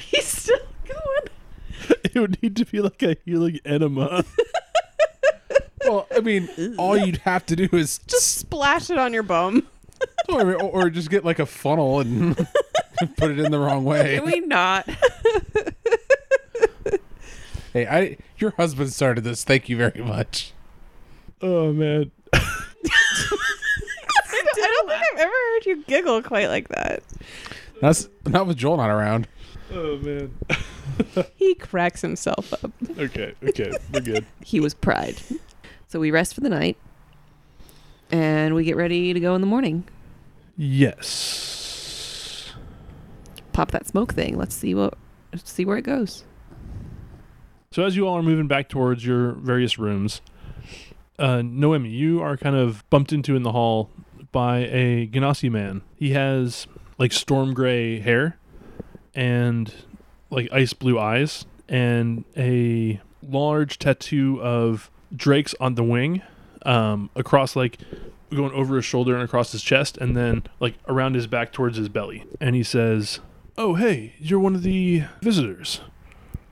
Speaker 4: He's still going.
Speaker 1: it would need to be like a healing enema.
Speaker 6: well, I mean, all you'd have to do is
Speaker 5: Just splash it on your bum.
Speaker 6: or, or just get like a funnel and put it in the wrong way.
Speaker 4: Can we not?
Speaker 6: Hey, I your husband started this. Thank you very much.
Speaker 1: oh man,
Speaker 5: I don't, I don't think I've ever heard you giggle quite like that.
Speaker 6: That's not with Joel not around.
Speaker 1: oh man.
Speaker 5: He cracks himself up.
Speaker 1: Okay, okay, we're good.
Speaker 4: He was pride. So we rest for the night and we get ready to go in the morning.
Speaker 1: Yes.
Speaker 4: Pop that smoke thing. Let's see what let's see where it goes.
Speaker 1: So as you all are moving back towards your various rooms, uh, Noemi, you are kind of bumped into in the hall by a Ganassi man. He has like storm gray hair and like ice blue eyes and a large tattoo of Drake's on the wing um, across like going over his shoulder and across his chest and then like around his back towards his belly. And he says, Oh, hey, you're one of the visitors.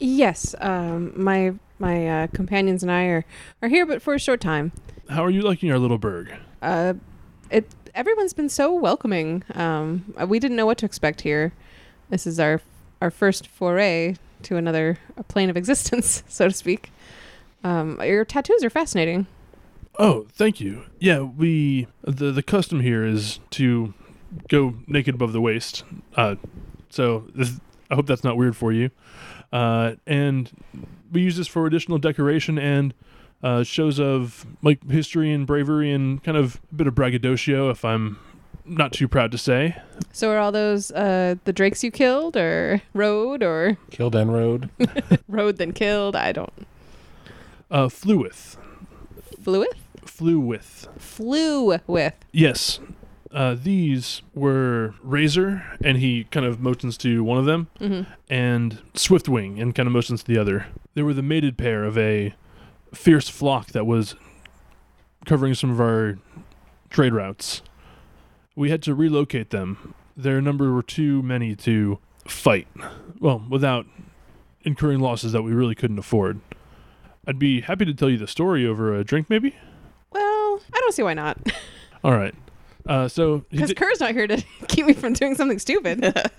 Speaker 5: Yes, um, my my uh, companions and I are, are here, but for a short time.
Speaker 1: How are you liking our little burg?
Speaker 5: Uh, it everyone's been so welcoming. Um, we didn't know what to expect here. This is our our first foray to another plane of existence, so to speak. Um, your tattoos are fascinating.
Speaker 1: Oh, thank you. Yeah, we the the custom here is to go naked above the waist. Uh, so this, I hope that's not weird for you. Uh, and we use this for additional decoration and uh, shows of like history and bravery and kind of a bit of braggadocio, if I'm not too proud to say.
Speaker 5: So are all those uh, the drakes you killed, or rode, or
Speaker 6: Killed and rode.
Speaker 5: rode then killed? I don't.
Speaker 1: Uh, flew with,
Speaker 5: Flew with?
Speaker 1: flew with.
Speaker 5: Flew with.
Speaker 1: Yes. Uh, these were Razor, and he kind of motions to one of them,
Speaker 5: Mm-hmm.
Speaker 1: and Swiftwing, and kind of motions to the other. They were the mated pair of a fierce flock that was covering some of our trade routes. We had to relocate them. Their number were too many to fight, well, without incurring losses that we really couldn't afford. I'd be happy to tell you the story over a drink, maybe?
Speaker 5: Well, I don't see why not.
Speaker 1: All right. Uh, so he
Speaker 5: Because
Speaker 1: did-
Speaker 5: Kerr's not here to keep me from doing something stupid.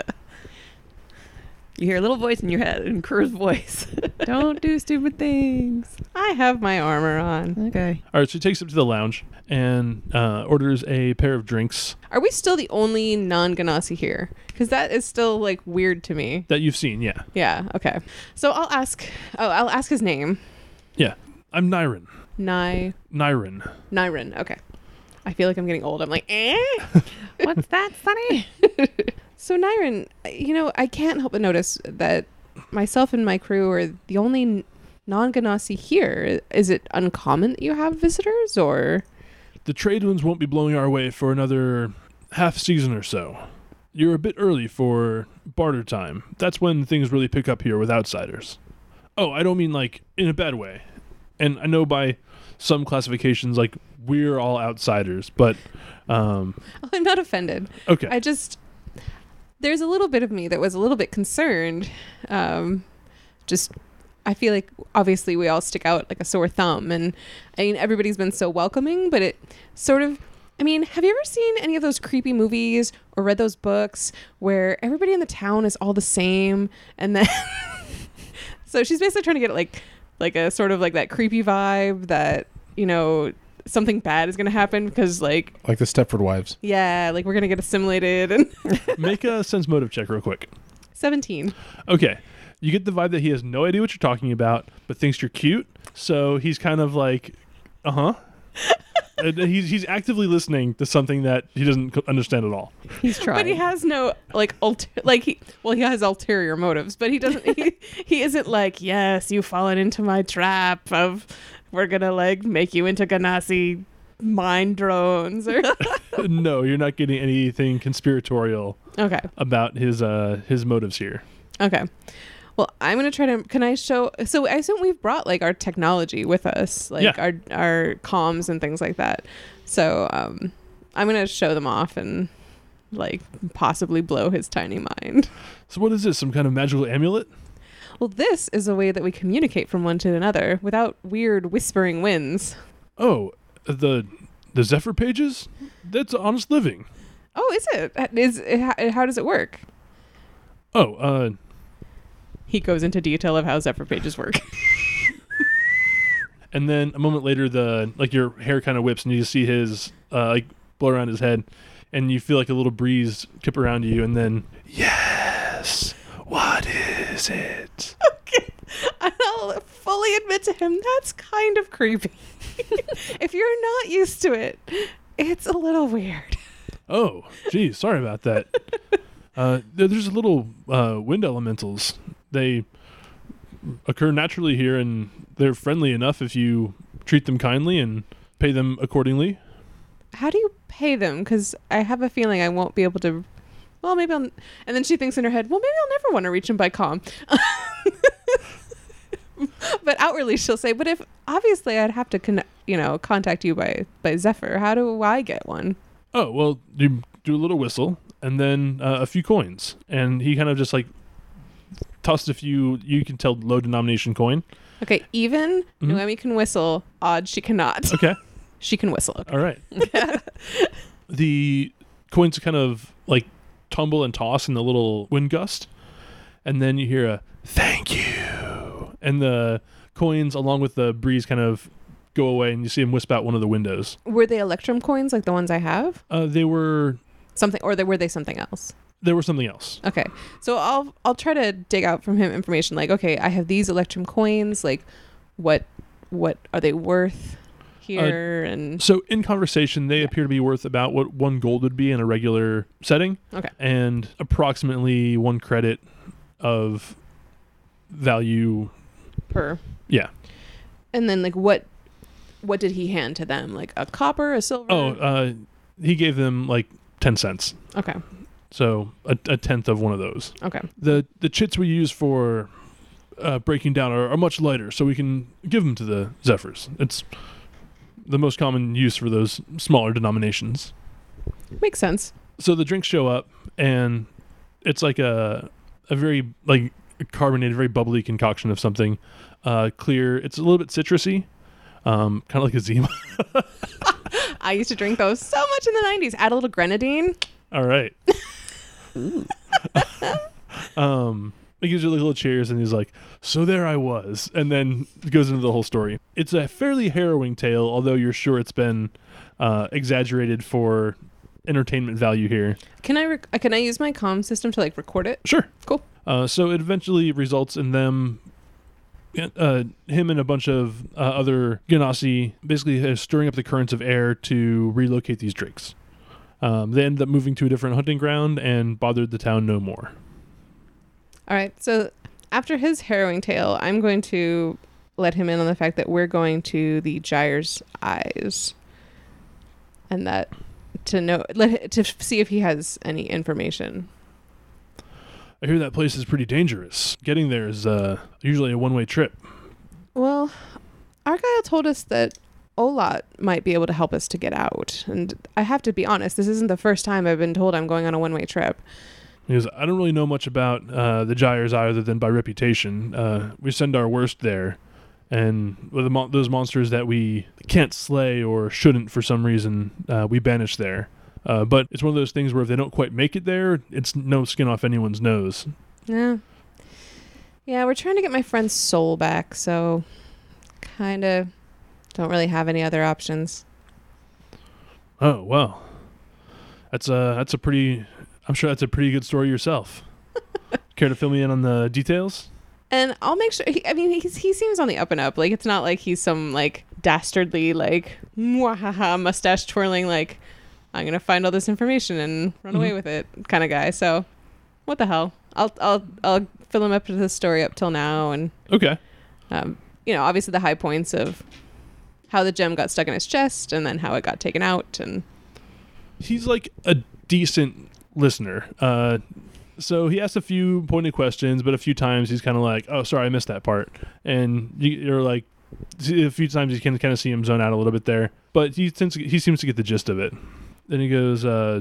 Speaker 4: You hear a little voice in your head, and Kerr's voice.
Speaker 5: don't do stupid things. I have my armor on.
Speaker 4: Okay.
Speaker 1: All right, she takes him to the lounge and uh, orders a pair of drinks
Speaker 5: Are we still the only non Ganassi here? Because that is still like weird to me.
Speaker 1: that you've seen. Yeah,
Speaker 5: Yeah. Okay. So I'll ask. Oh, I'll ask his name.
Speaker 1: yeah. I'm Nyrin.
Speaker 5: Ny
Speaker 1: Nyrin.
Speaker 5: Nyrin. Okay. I feel like I'm getting old. I'm like, eh.
Speaker 4: What's that, Sonny?
Speaker 5: So Nyrin, you know, I can't help but notice that myself and my crew are the only non Ganassi here. Is it uncommon that you have visitors, or
Speaker 1: The trade winds won't be blowing our way for another half season or so. You're a bit early for barter time. That's when things really pick up here with outsiders. Oh, I don't mean like in a bad way. And I know by some classifications, like we're all outsiders, but um,
Speaker 5: I'm not offended.
Speaker 1: okay.
Speaker 5: I just there's a little bit of me that was a little bit concerned. Um, just I feel like obviously we all stick out like a sore thumb, and I mean everybody's been so welcoming, but it sort of. I mean, have you ever seen any of those creepy movies or read those books where everybody in the town is all the same, and then so she's basically trying to get like like a sort of like that creepy vibe that you know something bad is going to happen because like
Speaker 6: Like the Stepford Wives.
Speaker 5: yeah like we're going to get assimilated and
Speaker 1: Make a sense motive check real quick.
Speaker 5: 17.
Speaker 1: Okay. You get the vibe that he has no idea what you're talking about, but thinks you're cute. So he's kind of like, uh huh. he's, he's actively listening to something that he doesn't c- understand at all.
Speaker 4: He's trying.
Speaker 5: But he has no like ulter- like he well he has ulterior motives, but he doesn't he, he isn't like, "Yes, you've fallen into my trap of we're going to like make you into Ganassi mind drones or
Speaker 1: no, you're not getting anything conspiratorial
Speaker 5: Okay.
Speaker 1: about his uh his motives here.
Speaker 5: Okay. Well, I'm going to try to can I show so I assume we've brought like our technology with us, like
Speaker 1: Yeah.
Speaker 5: our our comms and things like that. So, um I'm going to show them off and like possibly blow his tiny mind.
Speaker 1: So what is this? Some kind of magical amulet?
Speaker 5: Well, this is a way that we communicate from one to another without weird whispering winds.
Speaker 1: Oh, the the Zephyr pages? That's honest living.
Speaker 5: Oh, is it? Is it, how- how does it work?
Speaker 1: Oh, uh
Speaker 5: He goes into detail of how Zephyr pages work.
Speaker 1: and then a moment later the like your hair kind of whips and you see his uh like blow around his head and you feel like a little breeze tip around you and then yes what is it
Speaker 5: And I'll fully admit to him that's kind of creepy. if you're not used to it, it's a little weird.
Speaker 1: oh geez sorry about that uh there- there's little uh wind elementals they occur naturally here and they're friendly enough if you treat them kindly and pay them accordingly
Speaker 5: How do you pay them because I have a feeling I won't be able to. Well, maybe I'll. And then she thinks in her head, well, maybe I'll never want to reach him by calm. but outwardly, she'll say, but if obviously I'd have to, con- you know, contact you by by Zephyr. How do I get one?
Speaker 1: Oh well, you do a little whistle and then uh, a few coins, and he kind of just like tossed a few. You can tell low denomination coin.
Speaker 5: Okay, even
Speaker 1: Mhm.
Speaker 5: Noemi can whistle. Odd, she cannot.
Speaker 1: Okay,
Speaker 5: she can whistle. Okay.
Speaker 1: all right. the coins kind of like tumble and toss in the little wind gust, and then you hear a "thank you," and the coins along with the breeze kind of go away, and you see him wisp out one of the windows.
Speaker 5: Were they Electrum coins like the ones I have?
Speaker 1: Uh, they were
Speaker 5: Something, or they, were they something else?
Speaker 1: there was something else.
Speaker 5: Okay, so I'll I'll try to dig out from him information. Like, okay, I have these Electrum coins. Like, what what are they worth
Speaker 1: Uh,
Speaker 5: here? and
Speaker 1: So in conversation, they appear to be worth about what one gold would be in a regular setting.
Speaker 5: Okay.
Speaker 1: And approximately one credit of value.
Speaker 5: per
Speaker 1: Yeah.
Speaker 5: and then like what what did he hand to them? Like a copper, a silver?
Speaker 1: Oh, uh, he gave them like ten cents.
Speaker 5: okay,
Speaker 1: So a, a tenth of one of those.
Speaker 5: okay,
Speaker 1: The the chits we use for uh, breaking down are, are much lighter, so we can give them to the zephyrs. It's the most common use for those smaller denominations.
Speaker 5: makes sense.
Speaker 1: so the drinks show up and it's like a a very like carbonated very bubbly concoction of something uh clear it's a little bit citrusy um kind of like a zima
Speaker 5: I used to drink those so much in the '90s. Add a little grenadine.
Speaker 1: all right um he gives you like little cheers and he's like so there i was and then goes into the whole story it's a fairly harrowing tale although you're sure it's been uh exaggerated for entertainment value here
Speaker 5: Can I rec- can I use my comm system to like record it?
Speaker 1: Sure.
Speaker 5: Cool.
Speaker 1: Uh, so it eventually results in them, uh, him and a bunch of uh, other Ganassi basically uh, stirring up the currents of air to relocate these drakes. Um, they ended up moving to a different hunting ground and bothered the town no more.
Speaker 5: All right. So after his harrowing tale, I'm going to let him in on the fact that we're going to the Gyre's eyes, and that to know let to see if he has any information.
Speaker 1: I hear that place is pretty dangerous. Getting there is uh, usually a one-way trip.
Speaker 5: Well, Argyle told us that Olot might be able to help us to get out, and I have to be honest. This isn't the first time I've been told I'm going on a one-way trip.
Speaker 1: Because I don't really know much about uh, the Gyres either than by reputation. Uh, we send our worst there, and with the mon- those monsters that we can't slay or shouldn't for some reason, uh, we banish there. Uh, but it's one of those things where if they don't quite make it there, it's no skin off anyone's nose.
Speaker 5: Yeah. Yeah, we're trying to get my friend's soul back, so kind of don't really have any other options.
Speaker 1: Oh well, that's a that's a pretty. I'm sure that's a pretty good story yourself. Care to fill me in on the details?
Speaker 5: And I'll make sure. He, I mean, he's, he seems on the up and up. Like it's not like he's some like dastardly like mwahaha mustache twirling like I'm gonna find all this information and run away
Speaker 1: Mhm.
Speaker 5: with it kind of guy. So what the hell? I'll I'll I'll fill him up to the story up till now, and
Speaker 1: Okay.
Speaker 5: um, you know, obviously the high points of how the gem got stuck in his chest, and then how it got taken out, and
Speaker 1: he's like a decent listener. Uh, so he asks a few pointed questions, but a few times he's kind of like, "Oh, sorry, I missed that part," and you, you're like, a few times you can kind of see him zone out a little bit there, but he tends to, he seems to get the gist of it. Then he goes, uh,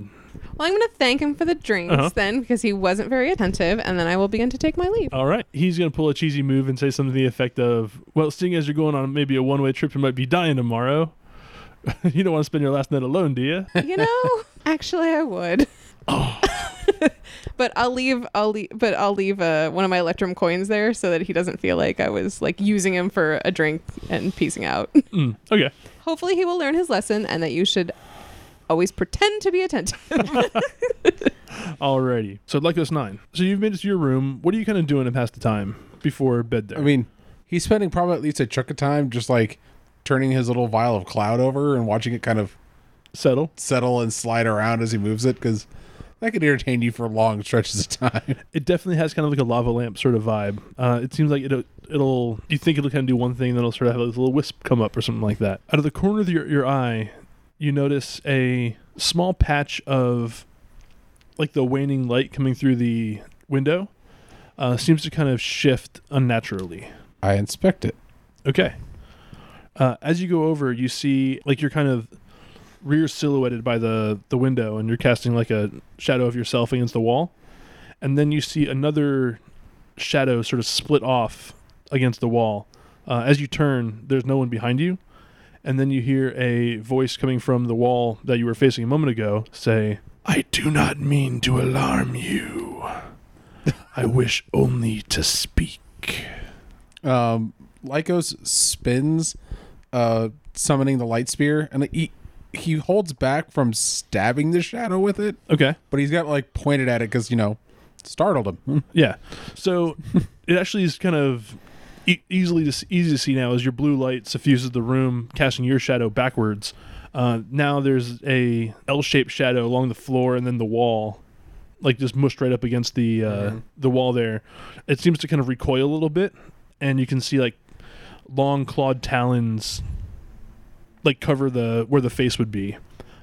Speaker 5: Well, I'm going to thank him for the drinks
Speaker 1: Uh-huh.
Speaker 5: then because he wasn't very attentive, and then I will begin to take my leave.
Speaker 1: "All right." He's gonna pull a cheesy move and say something to the effect of, "Well, seeing as you're going on maybe a one way trip, you might be dying tomorrow. you don't want to spend your last night alone, do you?"
Speaker 5: you know, actually, I would. but I'll leave. I'll leave. But I'll leave uh, one of my Electrum coins there so that he doesn't feel like I was like using him for a drink and piecing out.
Speaker 1: Mm, okay.
Speaker 5: Hopefully, he will learn his lesson and that you should always pretend to be attentive.
Speaker 1: Alrighty. So Lycos nine. So you've made it to your room. What are you kind of doing to pass the time before bed? There.
Speaker 6: I mean, he's spending probably at least a chunk of time just like turning his little vial of cloud over and watching it kind of
Speaker 1: settle.
Speaker 6: settle and slide around as he moves it because that could entertain you for long stretches of time.
Speaker 1: It definitely has kind of like a lava lamp sort of vibe. Uh, it seems like it'll, it'll you think it'll kind of do one thing, then it'll sort of have a little wisp come up or something like that. Out of the corner of your, your eye, you notice a small patch of like the waning light coming through the window uh, seems to kind of shift unnaturally.
Speaker 6: I inspect it.
Speaker 1: Okay. Uh, as you go over, you see like you're kind of rear silhouetted by the the window, and you're casting like a shadow of yourself against the wall, and then you see another shadow sort of split off against the wall. Uh, as you turn, there's no one behind you, and then you hear a voice coming from the wall that you were facing a moment ago say, "I do not mean to alarm you. I wish only to speak."
Speaker 6: Um, Lycos spins, uh, summoning the light spear, and he he holds back from stabbing the shadow with it,
Speaker 1: Okay.
Speaker 6: but he's got like pointed at it because you know startled him.
Speaker 1: Yeah. So it actually is kind of e- easily to, easy to see now as your blue light suffuses the room, casting your shadow backwards. Uh, now there's a L-shaped shadow along the floor and then the wall, like just mushed right up against the uh, the wall there. It seems to kind of recoil a little bit, and you can see like long clawed talons like cover the where the face would be.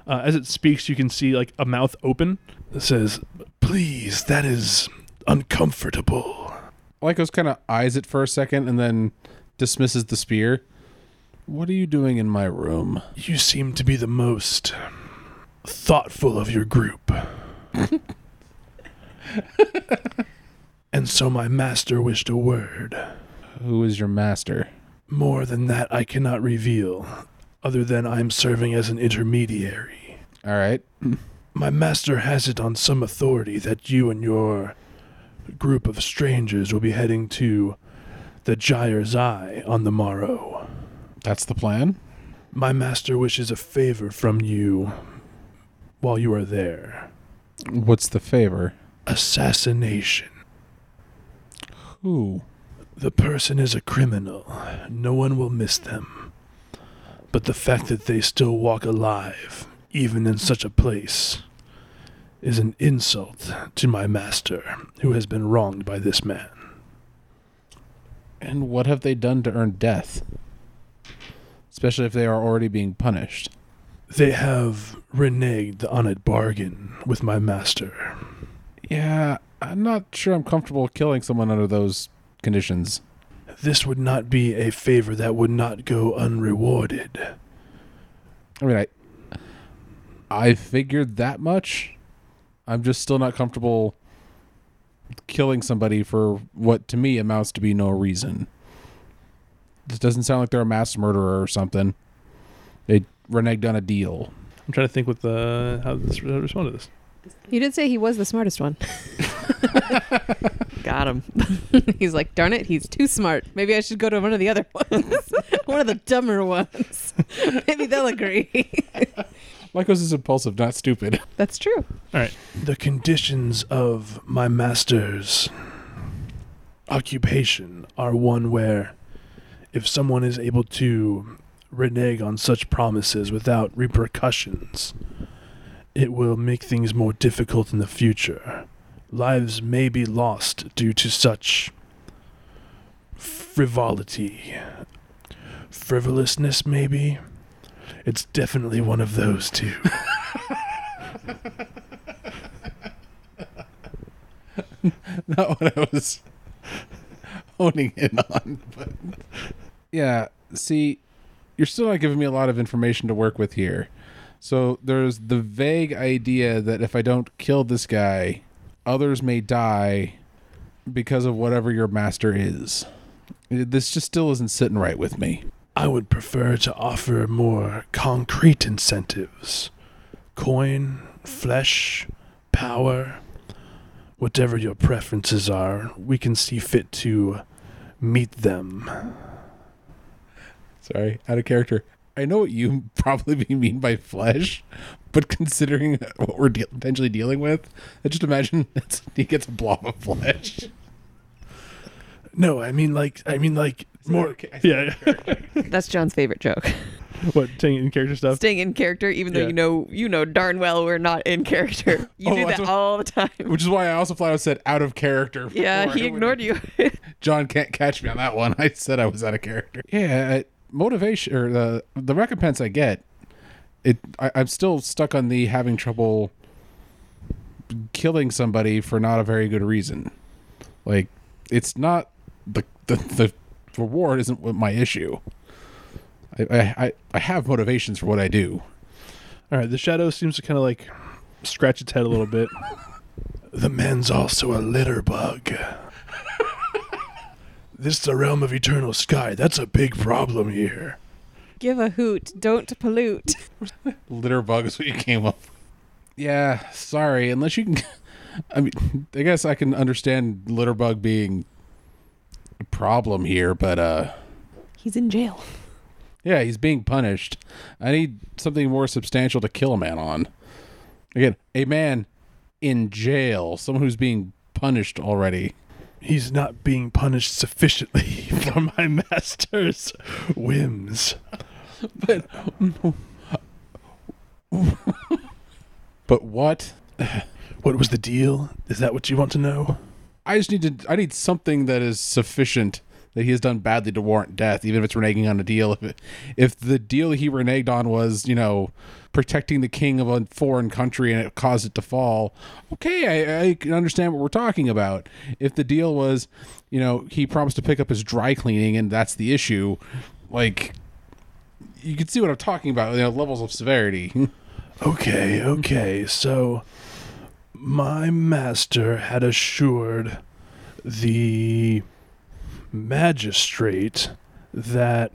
Speaker 1: Uh, as it speaks, you can see like a mouth open that says, "Please, that is uncomfortable."
Speaker 6: Lycos kind of eyes it for a second and then dismisses the spear. What are you doing in my room?
Speaker 1: You seem to be the most thoughtful of your group. and so my master wished a word.
Speaker 6: Who is your master?
Speaker 1: More than that, I cannot reveal, other than I am serving as an intermediary.
Speaker 6: All right.
Speaker 1: My master has it on some authority that you and your group of strangers will be heading to the Gyre's Eye on the morrow.
Speaker 6: That's the plan.
Speaker 1: My master wishes a favor from you while you are there.
Speaker 6: What's the favor?
Speaker 1: Assassination.
Speaker 6: Who?
Speaker 1: The person is a criminal. No one will miss them. But the fact that they still walk alive, even in such a place, is an insult to my master, who has been wronged by this man.
Speaker 6: And what have they done to earn death? Especially if they are already being punished.
Speaker 1: They have reneged on a bargain with my master.
Speaker 6: Yeah, I'm not sure I'm comfortable killing someone under those conditions.
Speaker 1: This would not be a favor that would not go unrewarded.
Speaker 6: I mean, I I figured that much. I'm just still not comfortable killing somebody for what to me amounts to be no reason. This doesn't sound like they're a mass murderer or something. They reneged on a deal.
Speaker 1: I'm trying to think with uh, how this how to respond to this.
Speaker 5: You did say he was the smartest one.
Speaker 4: Got him.
Speaker 5: he's like, darn it, he's too smart. Maybe I should go to one of the other ones, one of the dumber ones. Maybe they'll agree.
Speaker 6: Lycos is impulsive, not stupid.
Speaker 5: That's true.
Speaker 1: The conditions of my master's occupation are one where if someone is able to renege on such promises without repercussions, it will make things more difficult in the future. Lives may be lost due to such frivolity. Frivolousness, maybe? It's definitely one of those two.
Speaker 6: not what I was honing in on. But yeah, see, you're still not giving me a lot of information to work with here. So there's the vague idea that if I don't kill this guy, others may die because of whatever your master is. This just still isn't sitting right with me.
Speaker 1: I would prefer to offer more concrete incentives coin, flesh, power, whatever your preferences are, we can see fit to meet them.
Speaker 6: Sorry, out of character. I know what you probably mean by flesh, but considering what we're de- potentially dealing with, I just imagine it's, he gets a blob of flesh.
Speaker 1: No, I mean like I mean like more yeah.
Speaker 4: That's John's favorite joke.
Speaker 1: what in character stuff?
Speaker 4: Staying in character, even though
Speaker 1: Yeah.
Speaker 4: you know you know darn well we're not in character. You
Speaker 6: Oh,
Speaker 4: do
Speaker 6: that's
Speaker 4: that
Speaker 6: what-
Speaker 4: all the time.
Speaker 6: Which is why I also flat out said out of character.
Speaker 4: Yeah,
Speaker 6: before.
Speaker 4: he ignored you.
Speaker 6: John can't catch me on that one. uh, I said I was out of character. Yeah, I- motivation or the the recompense I get it I, I'm still stuck on the having trouble killing somebody for not a very good reason. Like it's not the the, the reward isn't what my issue. I, I I- I have motivations for what I do.
Speaker 1: All right, the shadow seems to kind of like scratch its head a little bit. the man's also a litter bug. this is the realm of eternal sky. That's a big problem here.
Speaker 5: Give a hoot. Don't pollute.
Speaker 6: Litter bug is what you came up. with. Yeah, sorry. Unless you can, I mean, I guess I can understand litter bug being a problem here, but uh,
Speaker 4: He's in jail.
Speaker 6: yeah, he's being punished. I need something more substantial to kill a man on. Again, a man in jail, someone who's being punished already.
Speaker 1: He's not being punished sufficiently for my master's whims.
Speaker 6: But what?
Speaker 1: What was the deal? Is that what you want to know?
Speaker 6: I just need to. I need something that is sufficient that he has done badly to warrant death, even if it's reneging on a deal. If it, if the deal he reneged on was, you know, protecting the king of a foreign country and it caused it to fall, okay, I, I can understand what we're talking about. If the deal was, you know, he promised to pick up his dry cleaning and that's the issue, like. You can see what I'm talking about, you know, levels of severity.
Speaker 1: Okay, okay. So, my master had assured the magistrate that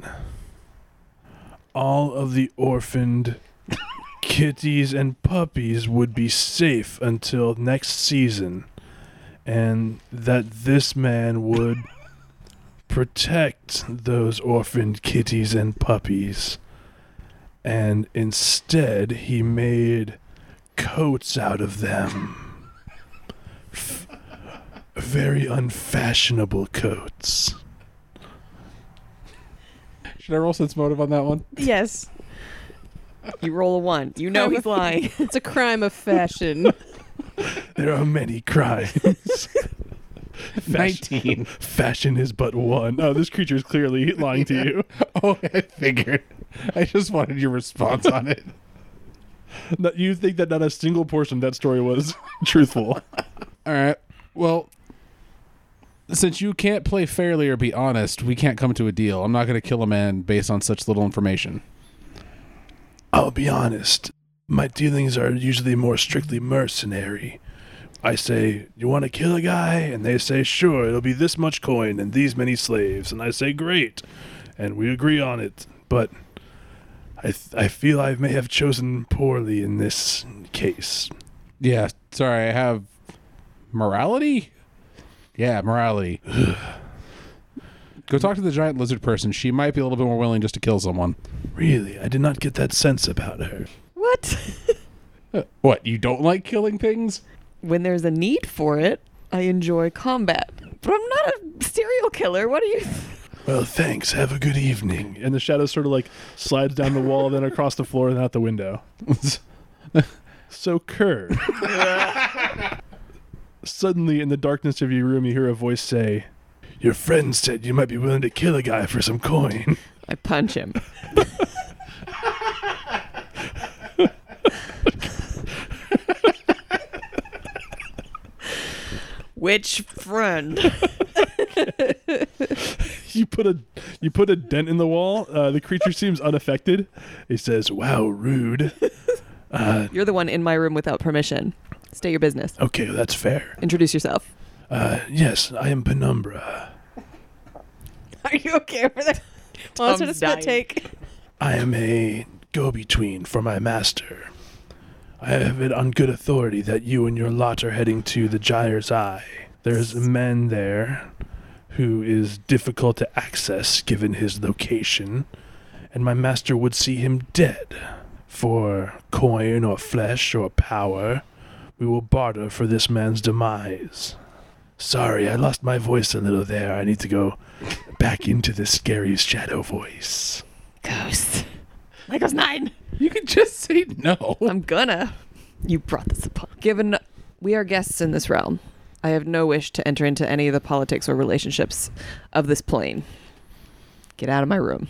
Speaker 1: all of the orphaned kitties and puppies would be safe until next season, and that this man would protect those orphaned kitties and puppies and instead he made coats out of them. F- very unfashionable coats.
Speaker 6: Should I roll sense motive on that one?
Speaker 5: yes.
Speaker 4: You roll a one. You know he's lying.
Speaker 5: It's a crime of fashion.
Speaker 1: There are many crimes. Fashion,
Speaker 6: Nineteen.
Speaker 1: fashion is but one. Oh, this creature is clearly lying to you.
Speaker 6: oh, I figured. I just wanted your response on it.
Speaker 1: No, you think that not a single portion of that story was truthful.
Speaker 6: All right. Well, since you can't play fairly or be honest, we can't come to a deal. I'm not going to kill a man based on such little information.
Speaker 1: I'll be honest. My dealings are usually more strictly mercenary. I say, You want to kill a guy? And they say, Sure, it'll be this much coin and these many slaves. And I say, Great. And we agree on it. But I, th- I feel I may have chosen poorly in this case.
Speaker 6: Yeah. Sorry, I have morality. Yeah, morality. Go talk to the giant lizard person. She might be a little bit more willing just to kill someone.
Speaker 1: Really, I did not get that sense about her.
Speaker 4: What?
Speaker 6: Uh, What? You don't like killing things?
Speaker 4: When there's a need for it, I enjoy combat. But I'm not a serial killer. What are you?
Speaker 1: Well, thanks. Have a good evening. And the shadow sort of like slides down the wall, then across the floor, and out the window. so, Kerr. Suddenly, in the darkness of your room, you hear a voice say, Your friend said you might be willing to kill a guy for some coin.
Speaker 4: I punch him. Which friend?
Speaker 1: you put a you put a dent in the wall. Uh, the creature seems unaffected. He says, "Wow, rude." Uh,
Speaker 4: You're the one in my room without permission. Stay your business.
Speaker 1: okay, that's fair.
Speaker 4: Introduce yourself.
Speaker 1: Uh, yes, I am Penumbra.
Speaker 5: Are you okay over there? Well, that's what a spit take.
Speaker 1: I am a go between for my master. I have it on good authority that you and your lot are heading to the Gyre's Eye. There's a man there who is difficult to access given his location, and my master would see him dead. For coin or flesh or power, we will barter for this man's demise. Sorry, I lost my voice a little there. I need to go back into the scary shadow voice.
Speaker 4: Ghost. Legos nine.
Speaker 6: You could just say no.
Speaker 4: I'm gonna. You brought this upon. Given we are guests in this realm, I have no wish to enter into any of the politics or relationships of this plane. Get out of my room.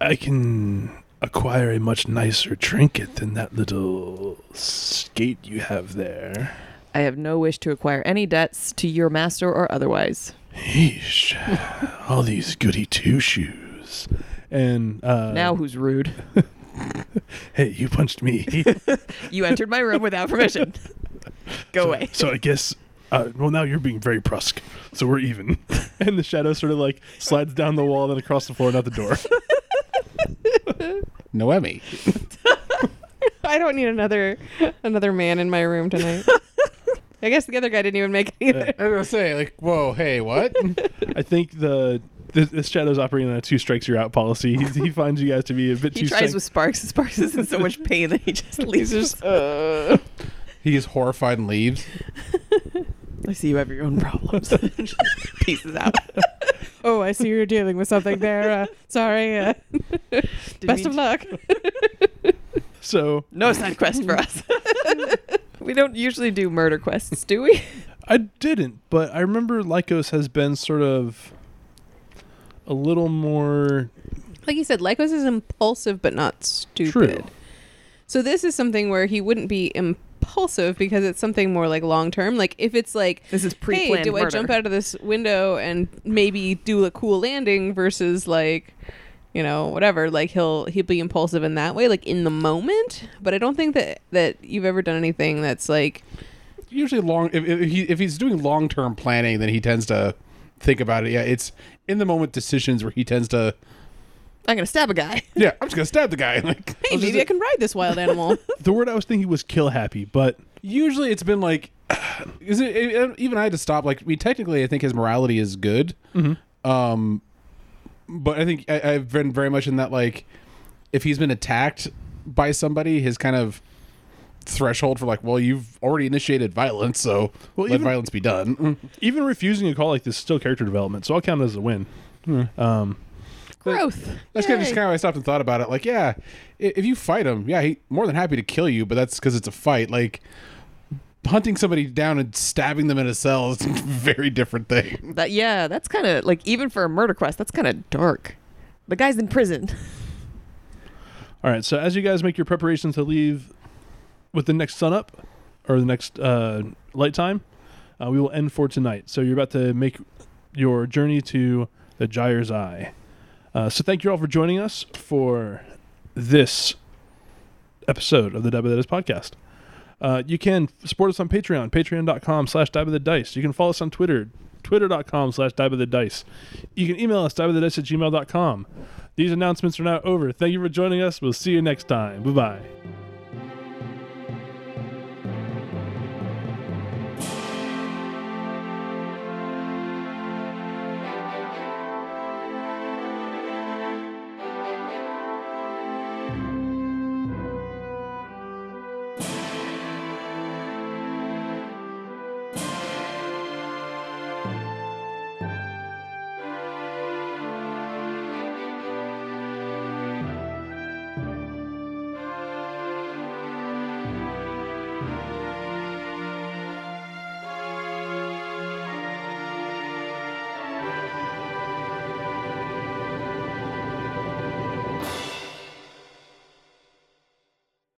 Speaker 1: I can acquire a much nicer trinket than that little skate you have there.
Speaker 4: I have no wish to acquire any debts to your master or otherwise.
Speaker 1: Yeesh. All these goody two shoes. And uh,
Speaker 4: now who's rude?
Speaker 1: hey, you punched me.
Speaker 4: You entered my room without permission. Go away.
Speaker 1: so I guess, uh, well, now you're being very brusque. So we're even. and the shadow sort of like slides down the wall, then across the floor, and out the door.
Speaker 6: Noemi.
Speaker 5: I don't need another another man in my room tonight. I guess the other guy didn't even make it either.
Speaker 6: I was gonna say, like, whoa, hey, what?
Speaker 1: Uh, I think the. This, this shadow's operating on a two strikes you're out policy. He, he finds you guys to be a bit
Speaker 4: He
Speaker 1: too.
Speaker 4: tries
Speaker 1: sanct-
Speaker 4: with Sparks. and Sparks is in so much pain that he just leaves. us.
Speaker 6: he is horrified and leaves.
Speaker 4: I see you have your own problems. Just Pieces out.
Speaker 5: Oh, I see you're dealing with something there. Uh, sorry. Uh,
Speaker 4: Didn't
Speaker 5: best
Speaker 4: mean
Speaker 5: of luck.
Speaker 1: so
Speaker 4: No side quest for us. we don't usually do murder quests, do we?
Speaker 1: I didn't, but I remember Lycos has been sort of a little more
Speaker 5: Like you said, Lycos is impulsive but not stupid.
Speaker 1: true.
Speaker 5: So this is something where he wouldn't be impulsive because it's something more like long term. Like if it's like
Speaker 4: This is
Speaker 5: hey, do I jump out of this window and maybe do a cool landing versus like, you know, whatever. Like he'll he'll be impulsive in that way, like in the moment. But I don't think that that you've ever done anything that's like
Speaker 6: Usually, long if, if he if he's doing long term planning, then he tends to think about it. Yeah, it's in the moment decisions where he tends to.
Speaker 4: I'm gonna stab a guy.
Speaker 6: Yeah, I'm just gonna stab the guy. Like,
Speaker 5: hey,
Speaker 6: I'll just-
Speaker 5: "Oh, maybe I can ride this wild animal.
Speaker 1: The word I was thinking was kill happy, but
Speaker 6: usually it's been like is it even i had to stop like we technically i think his morality is good um but i think I, i've been very much in that like if he's been attacked by somebody his kind of threshold for like well you've already initiated violence so
Speaker 1: Well,
Speaker 6: let
Speaker 1: even-
Speaker 6: violence be done Mm.
Speaker 1: even refusing a call like this is still character development, so I'll count it as a win. Um,
Speaker 4: Growth.
Speaker 6: that's kind of just kind of how i stopped and thought about it like yeah i- if you fight him yeah he more than happy to kill you but that's because it's a fight like hunting somebody down and stabbing them in a cell is a very different thing
Speaker 4: That yeah, that's kind of like even for a murder quest, that's kind of dark. The guy's in prison.
Speaker 1: all right, so as you guys make your preparations to leave with the next sun up or the next uh, light time, uh, we will end for tonight. So you're about to make your journey to the Gyre's Eye. Uh, so thank you all for joining us for this episode of the Dab of the Dice podcast. Uh, you can support us on Patreon, patreon.com slash dab of the dice. You can follow us on Twitter, twitter.com slash dab of the dice. You can email us, dab of the dice at gmail.com. These announcements are now over. Thank you for joining us. We'll see you next time. Bye bye.